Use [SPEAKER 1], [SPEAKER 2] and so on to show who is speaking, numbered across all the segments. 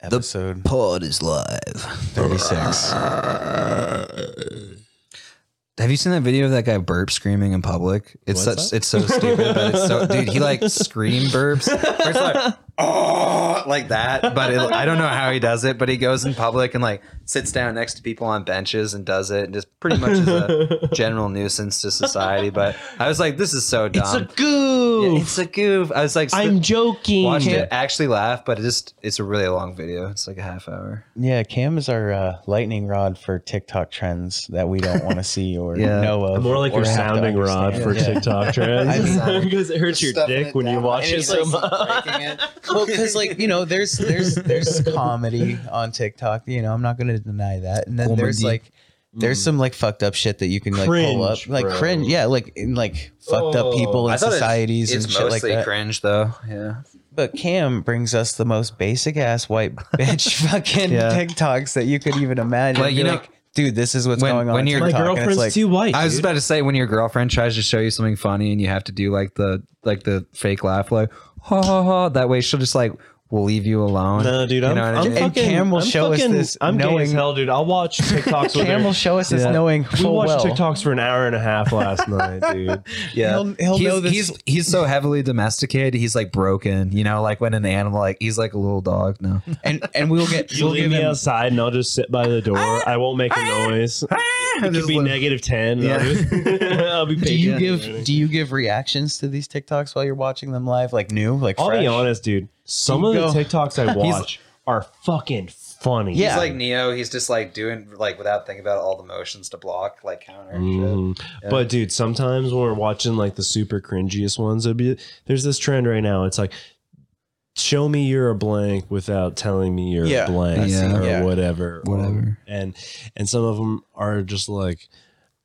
[SPEAKER 1] episode
[SPEAKER 2] Pod is live.
[SPEAKER 1] 36.
[SPEAKER 2] Have you seen that video of that guy burp screaming in public? It's
[SPEAKER 1] What's
[SPEAKER 2] such
[SPEAKER 1] that?
[SPEAKER 2] it's so stupid, but it's so dude. He like scream burps. First like oh like that, but it, I don't know how he does it. But he goes in public and like sits down next to people on benches and does it, and just pretty much is a general nuisance to society. But I was like, this is so dumb.
[SPEAKER 3] It's a goof.
[SPEAKER 2] Yeah, it's a goof. I was like,
[SPEAKER 3] I'm joking.
[SPEAKER 2] watched it, actually laugh, but it just it's a really long video. It's like a half hour.
[SPEAKER 1] Yeah, Cam is our uh, lightning rod for TikTok trends that we don't want to see or
[SPEAKER 2] Yeah.
[SPEAKER 1] know of.
[SPEAKER 4] More like
[SPEAKER 1] or
[SPEAKER 4] your
[SPEAKER 1] have to
[SPEAKER 4] sounding rod
[SPEAKER 1] understand.
[SPEAKER 4] for
[SPEAKER 1] Yeah.
[SPEAKER 4] TikTok trends.
[SPEAKER 1] I
[SPEAKER 2] mean-
[SPEAKER 4] because it hurts your dick when you watch it so much.
[SPEAKER 1] well, because like you know, there's there's there's comedy on TikTok. You know, I'm not gonna deny that. And then there's
[SPEAKER 2] Comedy.
[SPEAKER 1] like
[SPEAKER 4] mm.
[SPEAKER 1] there's some like fucked up shit that you can like pull up,
[SPEAKER 4] Cringe,
[SPEAKER 1] like
[SPEAKER 4] bro. Oh,
[SPEAKER 1] cringe. Yeah, like in like fucked up
[SPEAKER 2] Oh,
[SPEAKER 1] people in societies and shit like that.
[SPEAKER 2] cringe though. Yeah.
[SPEAKER 1] But Cam brings us the most basic ass white bitch fucking
[SPEAKER 2] Yeah.
[SPEAKER 1] TikToks that you could even imagine.
[SPEAKER 2] Well,
[SPEAKER 1] Be
[SPEAKER 2] you know-
[SPEAKER 1] like, dude, this is what's
[SPEAKER 2] When-
[SPEAKER 1] going on.
[SPEAKER 2] when
[SPEAKER 1] in
[SPEAKER 2] your-
[SPEAKER 4] My
[SPEAKER 2] Talking,
[SPEAKER 1] TikTok. And it's
[SPEAKER 4] girlfriend's
[SPEAKER 1] like,
[SPEAKER 4] too white.
[SPEAKER 2] I was
[SPEAKER 4] dude.
[SPEAKER 2] about to say when your girlfriend tries to show you something funny and you have to do like the like the fake laugh like ha ha ha that way she'll just like will leave you alone.
[SPEAKER 4] No, dude,
[SPEAKER 2] You
[SPEAKER 4] I'm,
[SPEAKER 2] know what I
[SPEAKER 4] I'm
[SPEAKER 2] mean?
[SPEAKER 1] And
[SPEAKER 4] fucking.
[SPEAKER 1] Cam will
[SPEAKER 4] I'm
[SPEAKER 1] show us
[SPEAKER 4] fucking-
[SPEAKER 1] this
[SPEAKER 4] I'm gay as
[SPEAKER 1] knowing-
[SPEAKER 4] hell, dude. I'll watch TikToks with
[SPEAKER 1] Cam
[SPEAKER 4] her.
[SPEAKER 1] will show us this
[SPEAKER 4] Yeah.
[SPEAKER 1] knowing
[SPEAKER 4] We
[SPEAKER 1] full
[SPEAKER 4] watched
[SPEAKER 1] well.
[SPEAKER 4] TikToks for an hour and a half last night, dude.
[SPEAKER 2] yeah.
[SPEAKER 1] he'll- he'll
[SPEAKER 2] he's,
[SPEAKER 1] know this-
[SPEAKER 2] he's he's so heavily domesticated, he's like broken, you know, like when an animal like he's like a little dog now.
[SPEAKER 1] and and we'll get
[SPEAKER 4] You
[SPEAKER 1] we'll
[SPEAKER 4] leave
[SPEAKER 1] give
[SPEAKER 4] me
[SPEAKER 1] him
[SPEAKER 4] outside, and I'll just sit by the door. I won't make a noise.
[SPEAKER 1] Ah,
[SPEAKER 4] It could
[SPEAKER 2] Just
[SPEAKER 4] be
[SPEAKER 2] look-
[SPEAKER 4] negative ten. and I'll
[SPEAKER 2] Yeah.
[SPEAKER 4] just- I'll be.
[SPEAKER 1] do you
[SPEAKER 4] patient.
[SPEAKER 1] give do you give reactions to these TikToks while you're watching them live? Like new, like
[SPEAKER 4] I'll
[SPEAKER 1] fresh?
[SPEAKER 4] be honest, dude. Some
[SPEAKER 1] You go-
[SPEAKER 4] of the TicToks I watch are fucking funny.
[SPEAKER 1] Yeah.
[SPEAKER 2] He's like Neo, he's just like doing like without thinking about all the motions to block like counter and shit.
[SPEAKER 4] Mhm. But dude, sometimes when we're watching like the super cringiest ones, it'd be there's this trend right now. It's like show me you're a blank without telling me you're
[SPEAKER 1] Yeah.
[SPEAKER 4] a blank
[SPEAKER 2] Yeah.
[SPEAKER 4] or
[SPEAKER 1] Yeah.
[SPEAKER 4] whatever.
[SPEAKER 2] Whatever.
[SPEAKER 4] And and some of them are just like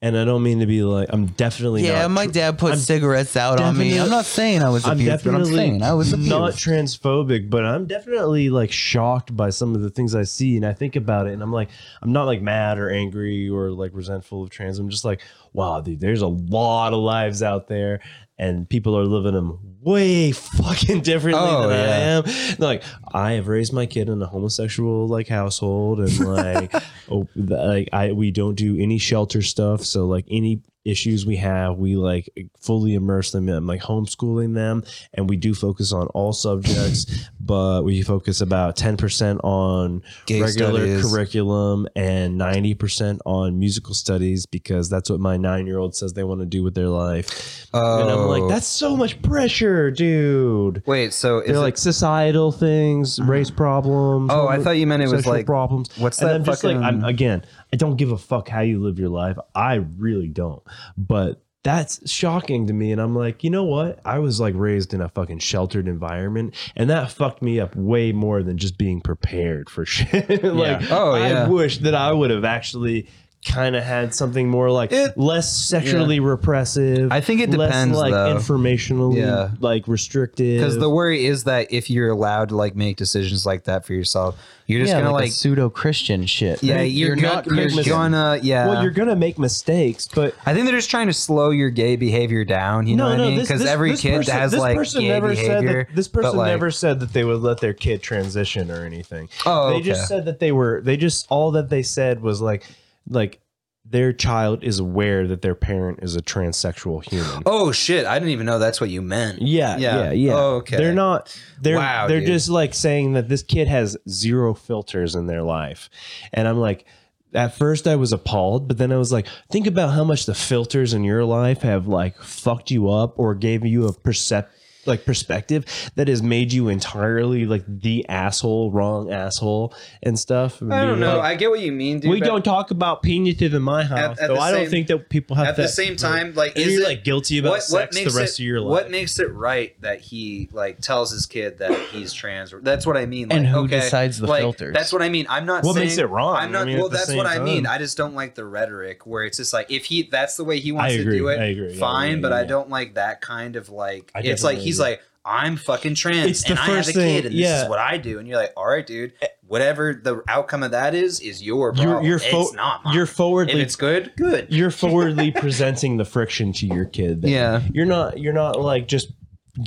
[SPEAKER 4] and I don't mean to be like I'm definitely
[SPEAKER 1] Yeah,
[SPEAKER 4] not
[SPEAKER 1] my dad put
[SPEAKER 4] I'm
[SPEAKER 1] cigarettes out on me. I'm
[SPEAKER 4] definitely-
[SPEAKER 1] not saying I was
[SPEAKER 4] I'm
[SPEAKER 1] abused, but I'm
[SPEAKER 4] definitely
[SPEAKER 1] saying I was abused.
[SPEAKER 4] not transphobic, but I'm definitely like shocked by some of the things I see, and I think about it, and I'm like, I'm not like mad or angry or like resentful of trans. I'm just like, wow, dude, there's a lot of lives out there, and people are living them way fucking differently
[SPEAKER 2] Oh,
[SPEAKER 4] than
[SPEAKER 2] yeah.
[SPEAKER 4] I am. Like, I have raised my kid in a homosexual like household, and like, oh, th- like I we don't do any shelter stuff, so like any issues we have, we like fully immerse them in like homeschooling them and we do focus on all subjects, but we focus about 10% on
[SPEAKER 2] Gay
[SPEAKER 4] regular
[SPEAKER 2] studies.
[SPEAKER 4] curriculum and 90% on musical studies because that's what my nine year old says they want to do with their life. And I'm
[SPEAKER 2] Oh.
[SPEAKER 4] like, that's so much pressure, dude.
[SPEAKER 2] Wait, so is
[SPEAKER 4] They're
[SPEAKER 2] it, Mm-hmm.
[SPEAKER 4] like societal things, race problems.
[SPEAKER 2] Oh, I
[SPEAKER 4] homo-
[SPEAKER 2] thought you meant it was
[SPEAKER 4] sexual
[SPEAKER 2] like-
[SPEAKER 4] problems.
[SPEAKER 2] what's
[SPEAKER 4] and
[SPEAKER 2] that
[SPEAKER 4] I'm just like, I'm,
[SPEAKER 2] fucking-
[SPEAKER 4] again, I don't give a fuck how you live your life. I really don't. But that's shocking to me. And I'm like, you know what? I was like raised in a fucking sheltered environment, and that fucked me up way more than just being prepared for shit. like,
[SPEAKER 2] Oh,
[SPEAKER 4] I
[SPEAKER 2] yeah.
[SPEAKER 4] wish that I would have actually kind of had something more like
[SPEAKER 2] It-
[SPEAKER 4] less sexually repressive.
[SPEAKER 2] I think it depends,
[SPEAKER 4] less like
[SPEAKER 2] though.
[SPEAKER 4] informationally
[SPEAKER 2] Yeah.
[SPEAKER 4] like restricted.
[SPEAKER 2] Because the worry is that if you're allowed to like make decisions like that for yourself, you're just
[SPEAKER 1] yeah,
[SPEAKER 2] gonna
[SPEAKER 1] like,
[SPEAKER 2] like,
[SPEAKER 1] pseudo Christian shit.
[SPEAKER 2] yeah, you're,
[SPEAKER 4] you're
[SPEAKER 2] not
[SPEAKER 4] not
[SPEAKER 2] you're
[SPEAKER 4] Christmas-
[SPEAKER 2] gonna yeah.
[SPEAKER 4] well, you're gonna make mistakes, but
[SPEAKER 2] I think they're just trying to slow your gay behavior down. You know what I mean?
[SPEAKER 4] this-
[SPEAKER 2] Because
[SPEAKER 4] this-
[SPEAKER 2] every
[SPEAKER 4] this
[SPEAKER 2] kid
[SPEAKER 4] person-
[SPEAKER 2] has
[SPEAKER 4] this
[SPEAKER 2] like
[SPEAKER 4] person
[SPEAKER 2] gay
[SPEAKER 4] never
[SPEAKER 2] behavior.
[SPEAKER 4] Said that, this
[SPEAKER 2] but,
[SPEAKER 4] person
[SPEAKER 2] like-
[SPEAKER 4] never said that they would let their kid transition or anything.
[SPEAKER 2] Oh,
[SPEAKER 4] they
[SPEAKER 2] okay.
[SPEAKER 4] just said that they were. They just all that they said was like, like their child is aware that their parent is a transsexual human.
[SPEAKER 2] Oh shit! I didn't even know that's what you meant.
[SPEAKER 4] Yeah,
[SPEAKER 2] Yeah.
[SPEAKER 4] yeah, yeah.
[SPEAKER 2] Oh, okay.
[SPEAKER 4] They're not. They're
[SPEAKER 2] Wow,
[SPEAKER 4] they're
[SPEAKER 2] dude.
[SPEAKER 4] just like saying that this kid has zero filters in their life, and I'm like. At first, I was appalled, but then I was like, think about how much the filters in your life have like fucked you up or gave you a percep- like perspective that has made you entirely like the asshole, wrong asshole, and stuff.
[SPEAKER 2] I don't
[SPEAKER 4] Being
[SPEAKER 2] know.
[SPEAKER 4] like,
[SPEAKER 2] I get what you mean, dude.
[SPEAKER 4] we
[SPEAKER 2] but
[SPEAKER 4] don't talk about penises in my house,
[SPEAKER 2] at
[SPEAKER 4] though.
[SPEAKER 2] the
[SPEAKER 4] I don't
[SPEAKER 2] same-
[SPEAKER 4] think that people have
[SPEAKER 2] At the
[SPEAKER 4] that-
[SPEAKER 2] same time, like,
[SPEAKER 4] And
[SPEAKER 2] is
[SPEAKER 4] you're
[SPEAKER 2] it,
[SPEAKER 4] like guilty about sex the
[SPEAKER 2] makes
[SPEAKER 4] rest
[SPEAKER 2] it-
[SPEAKER 4] of your life.
[SPEAKER 2] What makes it right that he like tells his kid that he's trans? That's what I mean. Like,
[SPEAKER 1] And who
[SPEAKER 2] okay,
[SPEAKER 1] decides the
[SPEAKER 2] like,
[SPEAKER 1] filters?
[SPEAKER 2] That's what I mean. I'm not.
[SPEAKER 4] What
[SPEAKER 2] saying,
[SPEAKER 4] makes it wrong?
[SPEAKER 2] I'm not.
[SPEAKER 4] I mean,
[SPEAKER 2] well,
[SPEAKER 4] at the
[SPEAKER 2] that's
[SPEAKER 4] same
[SPEAKER 2] what I mean.
[SPEAKER 4] time.
[SPEAKER 2] I just don't like the rhetoric where it's just like if he that's the way he wants
[SPEAKER 4] I
[SPEAKER 2] to
[SPEAKER 4] agree.
[SPEAKER 2] do it.
[SPEAKER 4] I agree. Yeah,
[SPEAKER 2] Fine,
[SPEAKER 4] yeah,
[SPEAKER 2] but
[SPEAKER 4] yeah,
[SPEAKER 2] I
[SPEAKER 4] yeah.
[SPEAKER 2] don't like that kind of like.
[SPEAKER 4] I
[SPEAKER 2] it's like
[SPEAKER 4] definitely
[SPEAKER 2] he's
[SPEAKER 4] agree.
[SPEAKER 2] like. I'm fucking trans
[SPEAKER 4] It's the
[SPEAKER 2] and I have
[SPEAKER 4] first
[SPEAKER 2] a
[SPEAKER 4] thing-
[SPEAKER 2] kid and this
[SPEAKER 4] yeah.
[SPEAKER 2] is what I do and you're like all right dude whatever the outcome of that is is your
[SPEAKER 4] you're
[SPEAKER 2] problem
[SPEAKER 4] you're,
[SPEAKER 2] it's
[SPEAKER 4] fo-
[SPEAKER 2] not mine.
[SPEAKER 4] you're
[SPEAKER 2] if
[SPEAKER 4] forwardly
[SPEAKER 2] it's good good
[SPEAKER 4] you're forwardly presenting the friction to your kid. then.
[SPEAKER 2] Yeah.
[SPEAKER 4] you're not you're not like just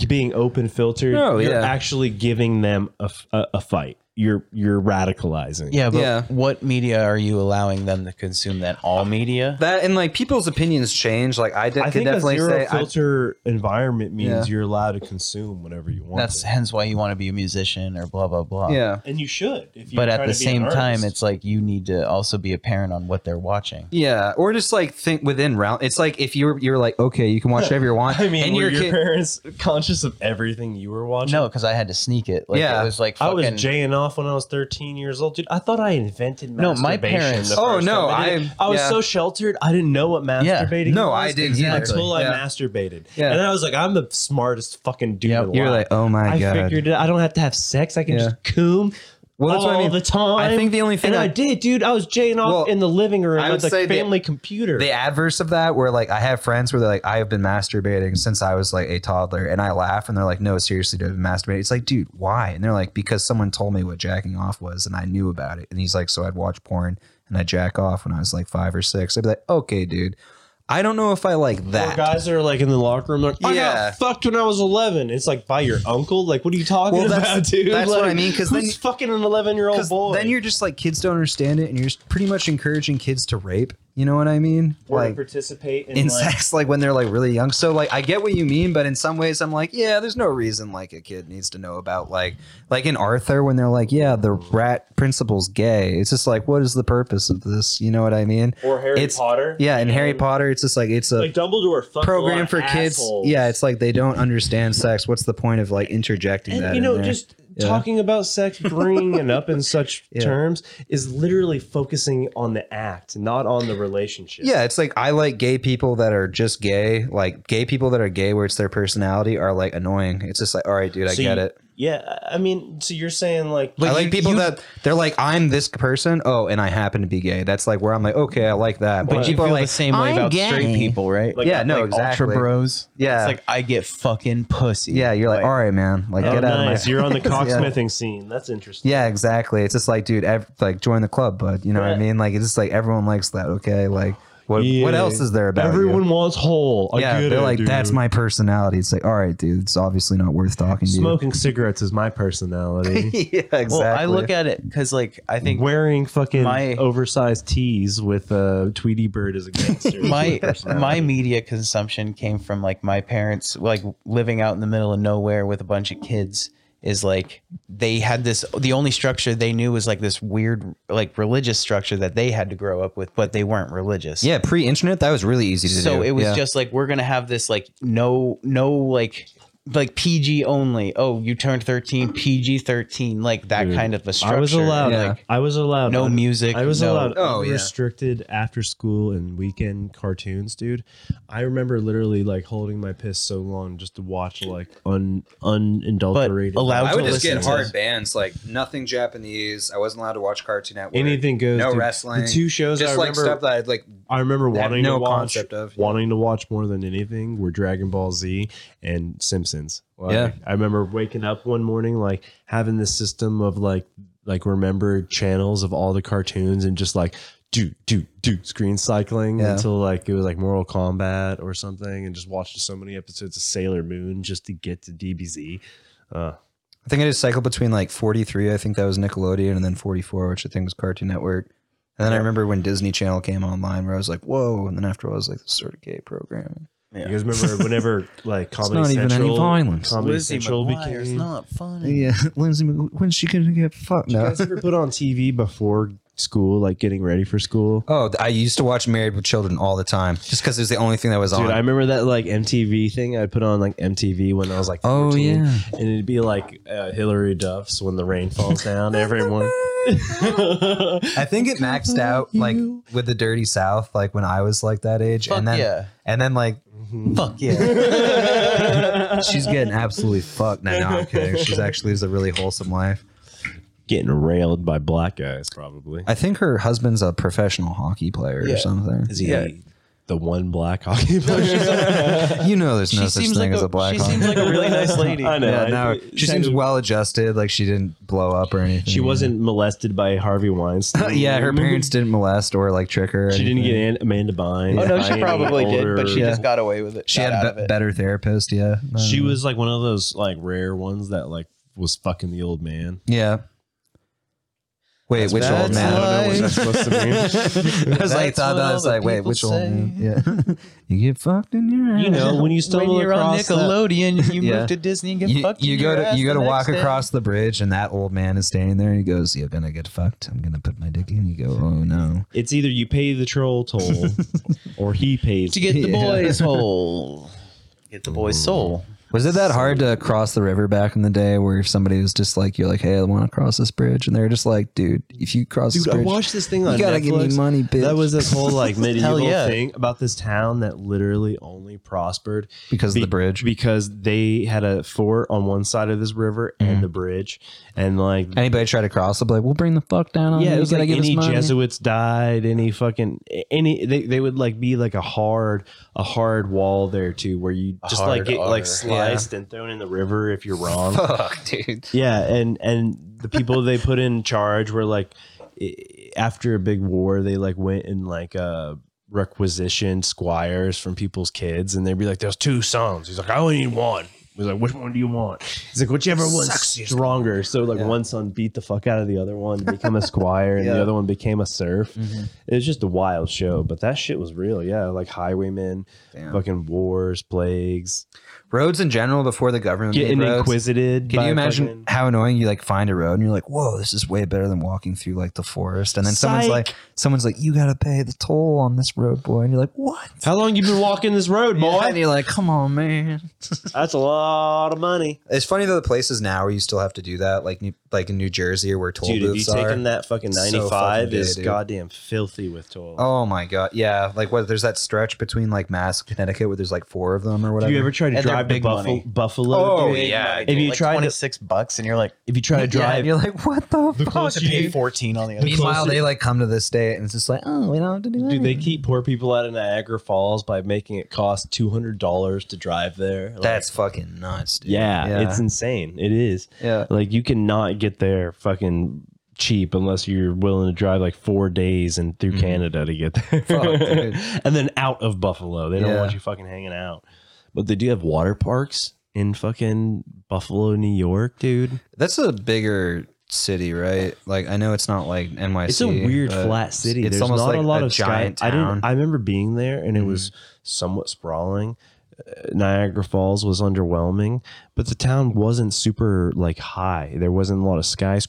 [SPEAKER 4] being open filtered.
[SPEAKER 2] No,
[SPEAKER 4] you're
[SPEAKER 2] Oh, yeah.
[SPEAKER 4] actually giving them a, f- a- a fight. you're you're radicalizing.
[SPEAKER 1] Yeah, but
[SPEAKER 2] Yeah.
[SPEAKER 1] what media are you allowing them to consume? Then all media.
[SPEAKER 2] That and like people's opinions change. Like I, de-
[SPEAKER 4] I
[SPEAKER 2] could
[SPEAKER 4] think a
[SPEAKER 2] definitely
[SPEAKER 4] zero
[SPEAKER 2] say I-
[SPEAKER 4] filter environment means
[SPEAKER 2] Yeah.
[SPEAKER 4] you're allowed to consume whatever you want.
[SPEAKER 1] That's hence why you want to be a musician or blah blah blah.
[SPEAKER 2] yeah,
[SPEAKER 4] and you should. If you
[SPEAKER 1] But
[SPEAKER 4] try
[SPEAKER 1] at
[SPEAKER 4] to
[SPEAKER 1] the
[SPEAKER 4] be an
[SPEAKER 1] same time,
[SPEAKER 4] artist.
[SPEAKER 1] it's like you need to also be a parent on what they're watching.
[SPEAKER 2] yeah, or just like think within round. It's like if you're you're like okay, you can watch whatever you want.
[SPEAKER 4] I mean,
[SPEAKER 2] and
[SPEAKER 4] were
[SPEAKER 2] your
[SPEAKER 4] your
[SPEAKER 2] kid-
[SPEAKER 4] parents conscious of everything you were watching?
[SPEAKER 1] No, because I had to sneak it. Like,
[SPEAKER 2] Yeah.
[SPEAKER 1] it was like
[SPEAKER 4] I
[SPEAKER 1] fucking,
[SPEAKER 4] was jaying off when I was 13 years old, dude. I thought I invented
[SPEAKER 1] No,
[SPEAKER 4] masturbation.
[SPEAKER 1] my parents-
[SPEAKER 4] the
[SPEAKER 2] Oh,
[SPEAKER 4] first
[SPEAKER 2] no,
[SPEAKER 4] time did it.
[SPEAKER 2] I-
[SPEAKER 4] I was
[SPEAKER 2] yeah.
[SPEAKER 4] so sheltered. I didn't know what
[SPEAKER 1] Yeah.
[SPEAKER 4] masturbating.
[SPEAKER 2] No,
[SPEAKER 4] was
[SPEAKER 2] I didn't either.
[SPEAKER 1] Exactly.
[SPEAKER 4] until
[SPEAKER 2] Yeah.
[SPEAKER 4] I masturbated.
[SPEAKER 2] Yeah.
[SPEAKER 4] And I was like, I'm the smartest fucking dude.
[SPEAKER 1] Yep.
[SPEAKER 4] alive.
[SPEAKER 2] You're like oh my
[SPEAKER 4] I
[SPEAKER 2] god.
[SPEAKER 4] figured it. I don't have to have sex. I can
[SPEAKER 2] Yeah.
[SPEAKER 4] just coom
[SPEAKER 2] Well, that's
[SPEAKER 4] all
[SPEAKER 2] what I mean.
[SPEAKER 4] the time.
[SPEAKER 2] I think the only thing
[SPEAKER 4] and
[SPEAKER 2] I-
[SPEAKER 4] I did, dude. I was jaying off
[SPEAKER 2] Well,
[SPEAKER 4] in the living room
[SPEAKER 2] I
[SPEAKER 4] with
[SPEAKER 2] would
[SPEAKER 4] the
[SPEAKER 2] say the-
[SPEAKER 4] family computer.
[SPEAKER 2] the adverse of that where like i have friends where they're like i have been masturbating since i was like a toddler and i laugh and they're like no seriously dude, i've been masturbating it's like dude why and they're like because someone told me what jacking off was and i knew about it and he's like so i'd watch porn and i jack off when i was like five or six i'd be like okay dude i don't know if i like
[SPEAKER 4] Or
[SPEAKER 2] that
[SPEAKER 4] guys that are like in the locker room, like, I
[SPEAKER 2] Yeah.
[SPEAKER 4] got fucked when I was 11. It's like by your uncle. Like, what are you talking
[SPEAKER 2] Well, that's-
[SPEAKER 4] about, dude?
[SPEAKER 2] that's
[SPEAKER 4] like,
[SPEAKER 2] what I mean, 'cause then-
[SPEAKER 4] who's fucking an 11 year old
[SPEAKER 2] 'Cause
[SPEAKER 4] Oh, boy?
[SPEAKER 2] then you're just like kids don't understand it and you're just pretty much encouraging kids to rape you know what i mean
[SPEAKER 4] or to
[SPEAKER 2] like
[SPEAKER 4] participate in,
[SPEAKER 2] in
[SPEAKER 4] like,
[SPEAKER 2] sex like when they're like really young so like i get what you mean but in some ways i'm like yeah there's no reason like a kid needs to know about like like in arthur when they're like yeah the rat principal's gay it's just like what is the purpose of this you know what i mean
[SPEAKER 4] or Harry
[SPEAKER 2] it's-
[SPEAKER 4] Potter.
[SPEAKER 2] yeah in
[SPEAKER 4] you know?
[SPEAKER 2] harry potter it's just like it's a
[SPEAKER 4] Like Dumbledore fucked a lot
[SPEAKER 2] program
[SPEAKER 4] of
[SPEAKER 2] for kids
[SPEAKER 4] assholes.
[SPEAKER 2] yeah it's like they don't understand sex what's the point of like interjecting that
[SPEAKER 4] and you
[SPEAKER 2] in
[SPEAKER 4] know,
[SPEAKER 2] there?
[SPEAKER 4] just
[SPEAKER 2] Yeah.
[SPEAKER 4] talking about sex, bringing it up in such
[SPEAKER 2] Yeah.
[SPEAKER 4] terms is literally focusing on the act, not on the relationship.
[SPEAKER 2] Yeah, it's like I like gay people that are just gay. Like gay people that are gay, where it's their personality, are like annoying. It's just like, all right, dude, I
[SPEAKER 4] So
[SPEAKER 2] get
[SPEAKER 4] you-
[SPEAKER 2] it.
[SPEAKER 4] Yeah, I mean, so you're saying like,
[SPEAKER 2] I like
[SPEAKER 1] you-
[SPEAKER 2] people
[SPEAKER 1] you-
[SPEAKER 2] that they're like, I'm this person. Oh, and I happen to be gay. That's like where I'm like, okay, I like that.
[SPEAKER 1] But you
[SPEAKER 2] people
[SPEAKER 1] feel
[SPEAKER 2] are like,
[SPEAKER 1] the same way
[SPEAKER 2] I'm
[SPEAKER 1] about
[SPEAKER 2] gay.
[SPEAKER 1] straight people, right?
[SPEAKER 4] Like-
[SPEAKER 2] yeah, no,
[SPEAKER 1] Like
[SPEAKER 2] exactly.
[SPEAKER 1] ultra bros.
[SPEAKER 2] Yeah.
[SPEAKER 1] it's like I get fucking pussy.
[SPEAKER 2] Yeah, you're like, all right, man. Like,
[SPEAKER 4] oh,
[SPEAKER 2] get out
[SPEAKER 4] nice,
[SPEAKER 2] of my.
[SPEAKER 4] you're on the
[SPEAKER 2] Yeah.
[SPEAKER 4] cocksmithing scene. That's interesting.
[SPEAKER 2] Yeah, exactly. It's just like, dude, ev- like join the club, bud. You know what I
[SPEAKER 4] Right.
[SPEAKER 2] mean? Like, it's just like everyone likes that. Okay, like, what what
[SPEAKER 4] Yeah.
[SPEAKER 2] else is there about you?
[SPEAKER 4] Everyone wants whole. I
[SPEAKER 2] yeah,
[SPEAKER 4] get
[SPEAKER 2] they're
[SPEAKER 4] it,
[SPEAKER 2] like,
[SPEAKER 4] dude.
[SPEAKER 2] that's my personality. It's like, all right, dude, it's obviously not worth talking
[SPEAKER 4] smoking cigarettes is my
[SPEAKER 2] to
[SPEAKER 4] personality.
[SPEAKER 2] you. yeah, exactly.
[SPEAKER 1] Well, I look at it because like I think
[SPEAKER 4] Wearing fucking
[SPEAKER 1] My-
[SPEAKER 4] oversized tees with a Tweety Bird is a gangster. is
[SPEAKER 1] my
[SPEAKER 4] personality.
[SPEAKER 1] my media consumption came from like my parents like living out in the middle of nowhere with a bunch of kids is like they had this the only structure they knew was like this weird like religious structure that they had to grow up with but they weren't religious
[SPEAKER 2] yeah, pre-internet, that was really easy to do.
[SPEAKER 1] so it was
[SPEAKER 2] Yeah.
[SPEAKER 1] just like we're gonna have this like no no like like PG only. Oh, you turned thirteen, PG thirteen, like that
[SPEAKER 4] Dude,
[SPEAKER 1] kind of a structure.
[SPEAKER 4] I was allowed.
[SPEAKER 2] Yeah.
[SPEAKER 4] Like, I was allowed.
[SPEAKER 1] No music,
[SPEAKER 4] I was
[SPEAKER 1] no-
[SPEAKER 4] allowed
[SPEAKER 2] Oh, yeah.
[SPEAKER 4] restricted after school and weekend cartoons, dude. I remember literally like holding my piss so long just to watch like un unadulterated.
[SPEAKER 1] allowed
[SPEAKER 2] I
[SPEAKER 1] to
[SPEAKER 2] would just
[SPEAKER 1] listen
[SPEAKER 2] get
[SPEAKER 1] to-
[SPEAKER 2] hard bands like nothing Japanese. I wasn't allowed to watch Cartoon Network.
[SPEAKER 4] Anything goes.
[SPEAKER 2] No
[SPEAKER 4] dude.
[SPEAKER 2] wrestling.
[SPEAKER 4] The two shows
[SPEAKER 2] Just
[SPEAKER 4] I
[SPEAKER 2] like
[SPEAKER 4] remember,
[SPEAKER 2] stuff that I like.
[SPEAKER 4] I remember
[SPEAKER 2] have
[SPEAKER 4] wanting
[SPEAKER 2] no
[SPEAKER 4] to watch,
[SPEAKER 2] concept of.
[SPEAKER 4] wanting to watch more than anything were Dragon Ball Z and Simpsons. Like,
[SPEAKER 2] Yeah.
[SPEAKER 4] I remember waking up one morning like having this system of like like remembered channels of all the cartoons and just like do do do screen cycling
[SPEAKER 2] Yeah.
[SPEAKER 4] until like it was like Mortal Kombat or something and just watched so many episodes of Sailor Moon just to get to DBZ. Uh,
[SPEAKER 2] I think I just cycled between like 43. I think that was Nickelodeon, and then 44, which I think was Cartoon Network. And then I remember when Disney Channel came online, where I was like, "Whoa!" And then after all, I was like, "This is sort of gay programming."
[SPEAKER 1] Yeah.
[SPEAKER 4] You guys remember whenever like Comedy
[SPEAKER 2] not even any
[SPEAKER 4] Central,
[SPEAKER 2] violence.
[SPEAKER 4] Comedy
[SPEAKER 1] Lizzie
[SPEAKER 4] Central
[SPEAKER 1] McGuire's
[SPEAKER 4] became
[SPEAKER 1] not funny.
[SPEAKER 2] Yeah, Lindsay, when's she gonna get fucked?
[SPEAKER 4] Did you
[SPEAKER 2] No.
[SPEAKER 4] guys ever put on TV before school, like getting ready for school?
[SPEAKER 2] Oh, I used to watch Married with Children all the time, just because it was the only thing that was
[SPEAKER 4] Dude,
[SPEAKER 2] on.
[SPEAKER 4] I remember that like MTV thing I put on like MTV when I was like,
[SPEAKER 2] Oh,
[SPEAKER 4] 14,
[SPEAKER 2] yeah.
[SPEAKER 4] and it'd be like uh, Hillary Duff's "When the Rain Falls Down." Everyone,
[SPEAKER 2] I think it maxed out like with the Dirty South, like when I was like that age,
[SPEAKER 1] Fuck
[SPEAKER 2] and then
[SPEAKER 1] yeah.
[SPEAKER 2] and then like
[SPEAKER 1] Fuck yeah.
[SPEAKER 2] she's getting absolutely fucked. No, no, I'm kidding. She's actually lives a really wholesome life.
[SPEAKER 4] getting railed by black guys, probably.
[SPEAKER 2] I think her husband's a professional hockey player
[SPEAKER 1] Yeah.
[SPEAKER 2] or something.
[SPEAKER 4] Is he the one black hockey player?
[SPEAKER 2] You know, there's no
[SPEAKER 1] she
[SPEAKER 2] such
[SPEAKER 1] seems
[SPEAKER 2] thing
[SPEAKER 1] like
[SPEAKER 2] as
[SPEAKER 1] a,
[SPEAKER 2] a black.
[SPEAKER 1] she
[SPEAKER 2] hockey-
[SPEAKER 1] seems like a really nice lady.
[SPEAKER 4] I know.
[SPEAKER 2] yeah,
[SPEAKER 4] I-
[SPEAKER 2] no, she seems well adjusted. Like she didn't blow up or anything.
[SPEAKER 4] She wasn't molested by Harvey Weinstein.
[SPEAKER 2] yeah, her parents didn't molest or like trick her. or
[SPEAKER 4] She didn't
[SPEAKER 2] anything.
[SPEAKER 4] get An- Amanda Bynes.
[SPEAKER 1] Oh no, she
[SPEAKER 4] Heidi
[SPEAKER 1] probably did, but
[SPEAKER 4] Holder.
[SPEAKER 1] she just got away with it.
[SPEAKER 2] She
[SPEAKER 1] got out
[SPEAKER 2] had a
[SPEAKER 1] of
[SPEAKER 2] be-
[SPEAKER 1] it.
[SPEAKER 2] better therapist. Yeah, Uh, No,
[SPEAKER 4] She
[SPEAKER 1] Uh.
[SPEAKER 2] no, no.
[SPEAKER 4] was like one of those like rare ones that like was fucking the old man.
[SPEAKER 2] Yeah. Wait, which old
[SPEAKER 1] bad. I
[SPEAKER 2] man?
[SPEAKER 1] don't know what that's
[SPEAKER 4] supposed to mean.
[SPEAKER 2] I was like,
[SPEAKER 1] That's
[SPEAKER 2] thought
[SPEAKER 1] what
[SPEAKER 2] that. I
[SPEAKER 1] all
[SPEAKER 2] was
[SPEAKER 1] the
[SPEAKER 2] like, wait,
[SPEAKER 1] people
[SPEAKER 2] which
[SPEAKER 1] say.
[SPEAKER 2] old? Yeah, you get fucked in your.
[SPEAKER 4] You know, when you
[SPEAKER 1] When
[SPEAKER 4] stumble
[SPEAKER 1] you're on
[SPEAKER 4] across that-
[SPEAKER 1] Nickelodeon, you
[SPEAKER 2] Yeah.
[SPEAKER 1] move to Disney and get
[SPEAKER 2] you,
[SPEAKER 1] fucked. in
[SPEAKER 2] you go
[SPEAKER 1] your
[SPEAKER 2] to
[SPEAKER 1] ass
[SPEAKER 2] you go
[SPEAKER 1] the
[SPEAKER 2] to
[SPEAKER 1] next
[SPEAKER 2] walk
[SPEAKER 1] day.
[SPEAKER 2] across the bridge, and that old man is standing there, and he goes, "You're gonna get fucked. I'm gonna put my dick in." You go, "Oh no."
[SPEAKER 4] it's either you pay the troll toll or he pays.
[SPEAKER 1] to get the
[SPEAKER 2] Yeah.
[SPEAKER 1] boy's whole, get the boy's soul.
[SPEAKER 2] Was it that hard to cross the river back in the day, where if somebody was just like, "You're like, hey, I want to cross this bridge," and they're just like, "Dude, if you cross
[SPEAKER 4] Dude,
[SPEAKER 2] this
[SPEAKER 4] I
[SPEAKER 2] bridge,
[SPEAKER 4] watched this thing
[SPEAKER 2] you
[SPEAKER 4] on
[SPEAKER 2] gotta
[SPEAKER 4] Netflix.
[SPEAKER 2] give me money, bitch."
[SPEAKER 4] That was this whole like medieval
[SPEAKER 1] yeah.
[SPEAKER 4] thing about this town that literally only prospered
[SPEAKER 2] because of the
[SPEAKER 4] be-
[SPEAKER 2] bridge.
[SPEAKER 4] because they had a fort on one side of this river and
[SPEAKER 2] Mm-hmm.
[SPEAKER 4] the bridge, and like
[SPEAKER 2] Anybody try to cross, they'll be like, "We'll bring the fuck down on you."
[SPEAKER 4] yeah, it
[SPEAKER 2] you
[SPEAKER 4] was
[SPEAKER 2] gotta
[SPEAKER 4] like
[SPEAKER 2] give us
[SPEAKER 4] any
[SPEAKER 2] money."
[SPEAKER 4] Jesuits died, any fucking any they, they would like be like a hard a hard wall there too, where you just like
[SPEAKER 1] hard
[SPEAKER 4] get
[SPEAKER 1] R,
[SPEAKER 4] like sliced and thrown in the river if you're wrong.
[SPEAKER 2] Fuck, dude.
[SPEAKER 4] Yeah, and and the people they put in charge were like, i- after a big war, they like went and like uh requisitioned squires from people's kids, and they'd be like, "There's two sons." He's like, "I only need one." He's like, "Which one do you want?" He's like, "Whichever one's stronger." So like one son beat the fuck out of the other one to become a squire, and the other one became a serf.
[SPEAKER 2] Mm-hmm.
[SPEAKER 4] It was just a wild show, but that shit was real. Yeah, like highwaymen,
[SPEAKER 2] Damn.
[SPEAKER 4] fucking wars, plagues,
[SPEAKER 2] Roads in general, before the government
[SPEAKER 4] getting
[SPEAKER 2] made roads,
[SPEAKER 4] inquisited.
[SPEAKER 2] Can
[SPEAKER 4] by
[SPEAKER 2] you imagine
[SPEAKER 4] fucking-
[SPEAKER 2] how annoying you like find a road and you're like, whoa, this is way better than walking through like the forest. And then someone's
[SPEAKER 4] Psych.
[SPEAKER 2] like, someone's like, you gotta pay the toll on this road, boy. And you're like, what?
[SPEAKER 4] How long you been walking this road, boy?
[SPEAKER 2] And you're like, come on, man.
[SPEAKER 4] That's a lot of money.
[SPEAKER 2] It's funny though, the places now where you still have to do that, like New, like in New Jersey or where toll
[SPEAKER 4] Dude, if you
[SPEAKER 2] booths are.
[SPEAKER 4] taking that fucking
[SPEAKER 2] So
[SPEAKER 4] 95
[SPEAKER 2] fucking
[SPEAKER 4] is
[SPEAKER 2] good, dude.
[SPEAKER 4] goddamn filthy with toll.
[SPEAKER 2] oh my god, yeah. Like what? There's that stretch between like Mass, Connecticut, where there's like four of them or
[SPEAKER 4] Do
[SPEAKER 2] whatever.
[SPEAKER 4] you ever try to
[SPEAKER 1] And they're
[SPEAKER 4] drive to
[SPEAKER 1] big
[SPEAKER 4] Buffalo?
[SPEAKER 1] money.
[SPEAKER 4] Buffalo
[SPEAKER 2] Oh,
[SPEAKER 4] dude?
[SPEAKER 2] yeah,
[SPEAKER 1] If
[SPEAKER 4] If you
[SPEAKER 1] like
[SPEAKER 4] tried
[SPEAKER 1] twenty
[SPEAKER 4] to,
[SPEAKER 1] six bucks and you're like,
[SPEAKER 4] if you try to
[SPEAKER 2] yeah,
[SPEAKER 4] drive,
[SPEAKER 2] and you're like, what the, fuck?
[SPEAKER 1] to pay
[SPEAKER 2] Oh, dude?"
[SPEAKER 1] fourteen on the other.
[SPEAKER 2] Meanwhile,
[SPEAKER 4] closer-
[SPEAKER 2] they like come to this state and it's just like, oh, we don't have to do that.
[SPEAKER 4] dude, they keep poor people out of Niagara Falls by making it cost two hundred dollars to drive there. Like,
[SPEAKER 2] That's fucking nuts, dude.
[SPEAKER 4] yeah, it's insane. It is
[SPEAKER 2] yeah.
[SPEAKER 4] like you cannot get there fucking cheap unless you're willing to drive like four days and through Canada to get there,
[SPEAKER 2] Mm-hmm. Fuck, dude.
[SPEAKER 4] and then out of Buffalo. They don't
[SPEAKER 2] Yeah.
[SPEAKER 4] want you fucking hanging out. But they do have water parks in fucking Buffalo, New York, dude.
[SPEAKER 2] That's a bigger city, right? Like I know it's not like NYC.
[SPEAKER 4] It's a weird
[SPEAKER 2] but
[SPEAKER 4] flat city.
[SPEAKER 2] It's
[SPEAKER 4] There's
[SPEAKER 2] almost
[SPEAKER 4] not
[SPEAKER 2] like
[SPEAKER 4] a lot
[SPEAKER 2] a
[SPEAKER 4] of
[SPEAKER 2] giant
[SPEAKER 4] sky. I
[SPEAKER 2] town. Mm.
[SPEAKER 4] didn't. I remember being there, and it was somewhat sprawling. Uh, Niagara Falls was underwhelming, but the town wasn't super like high. There wasn't a lot of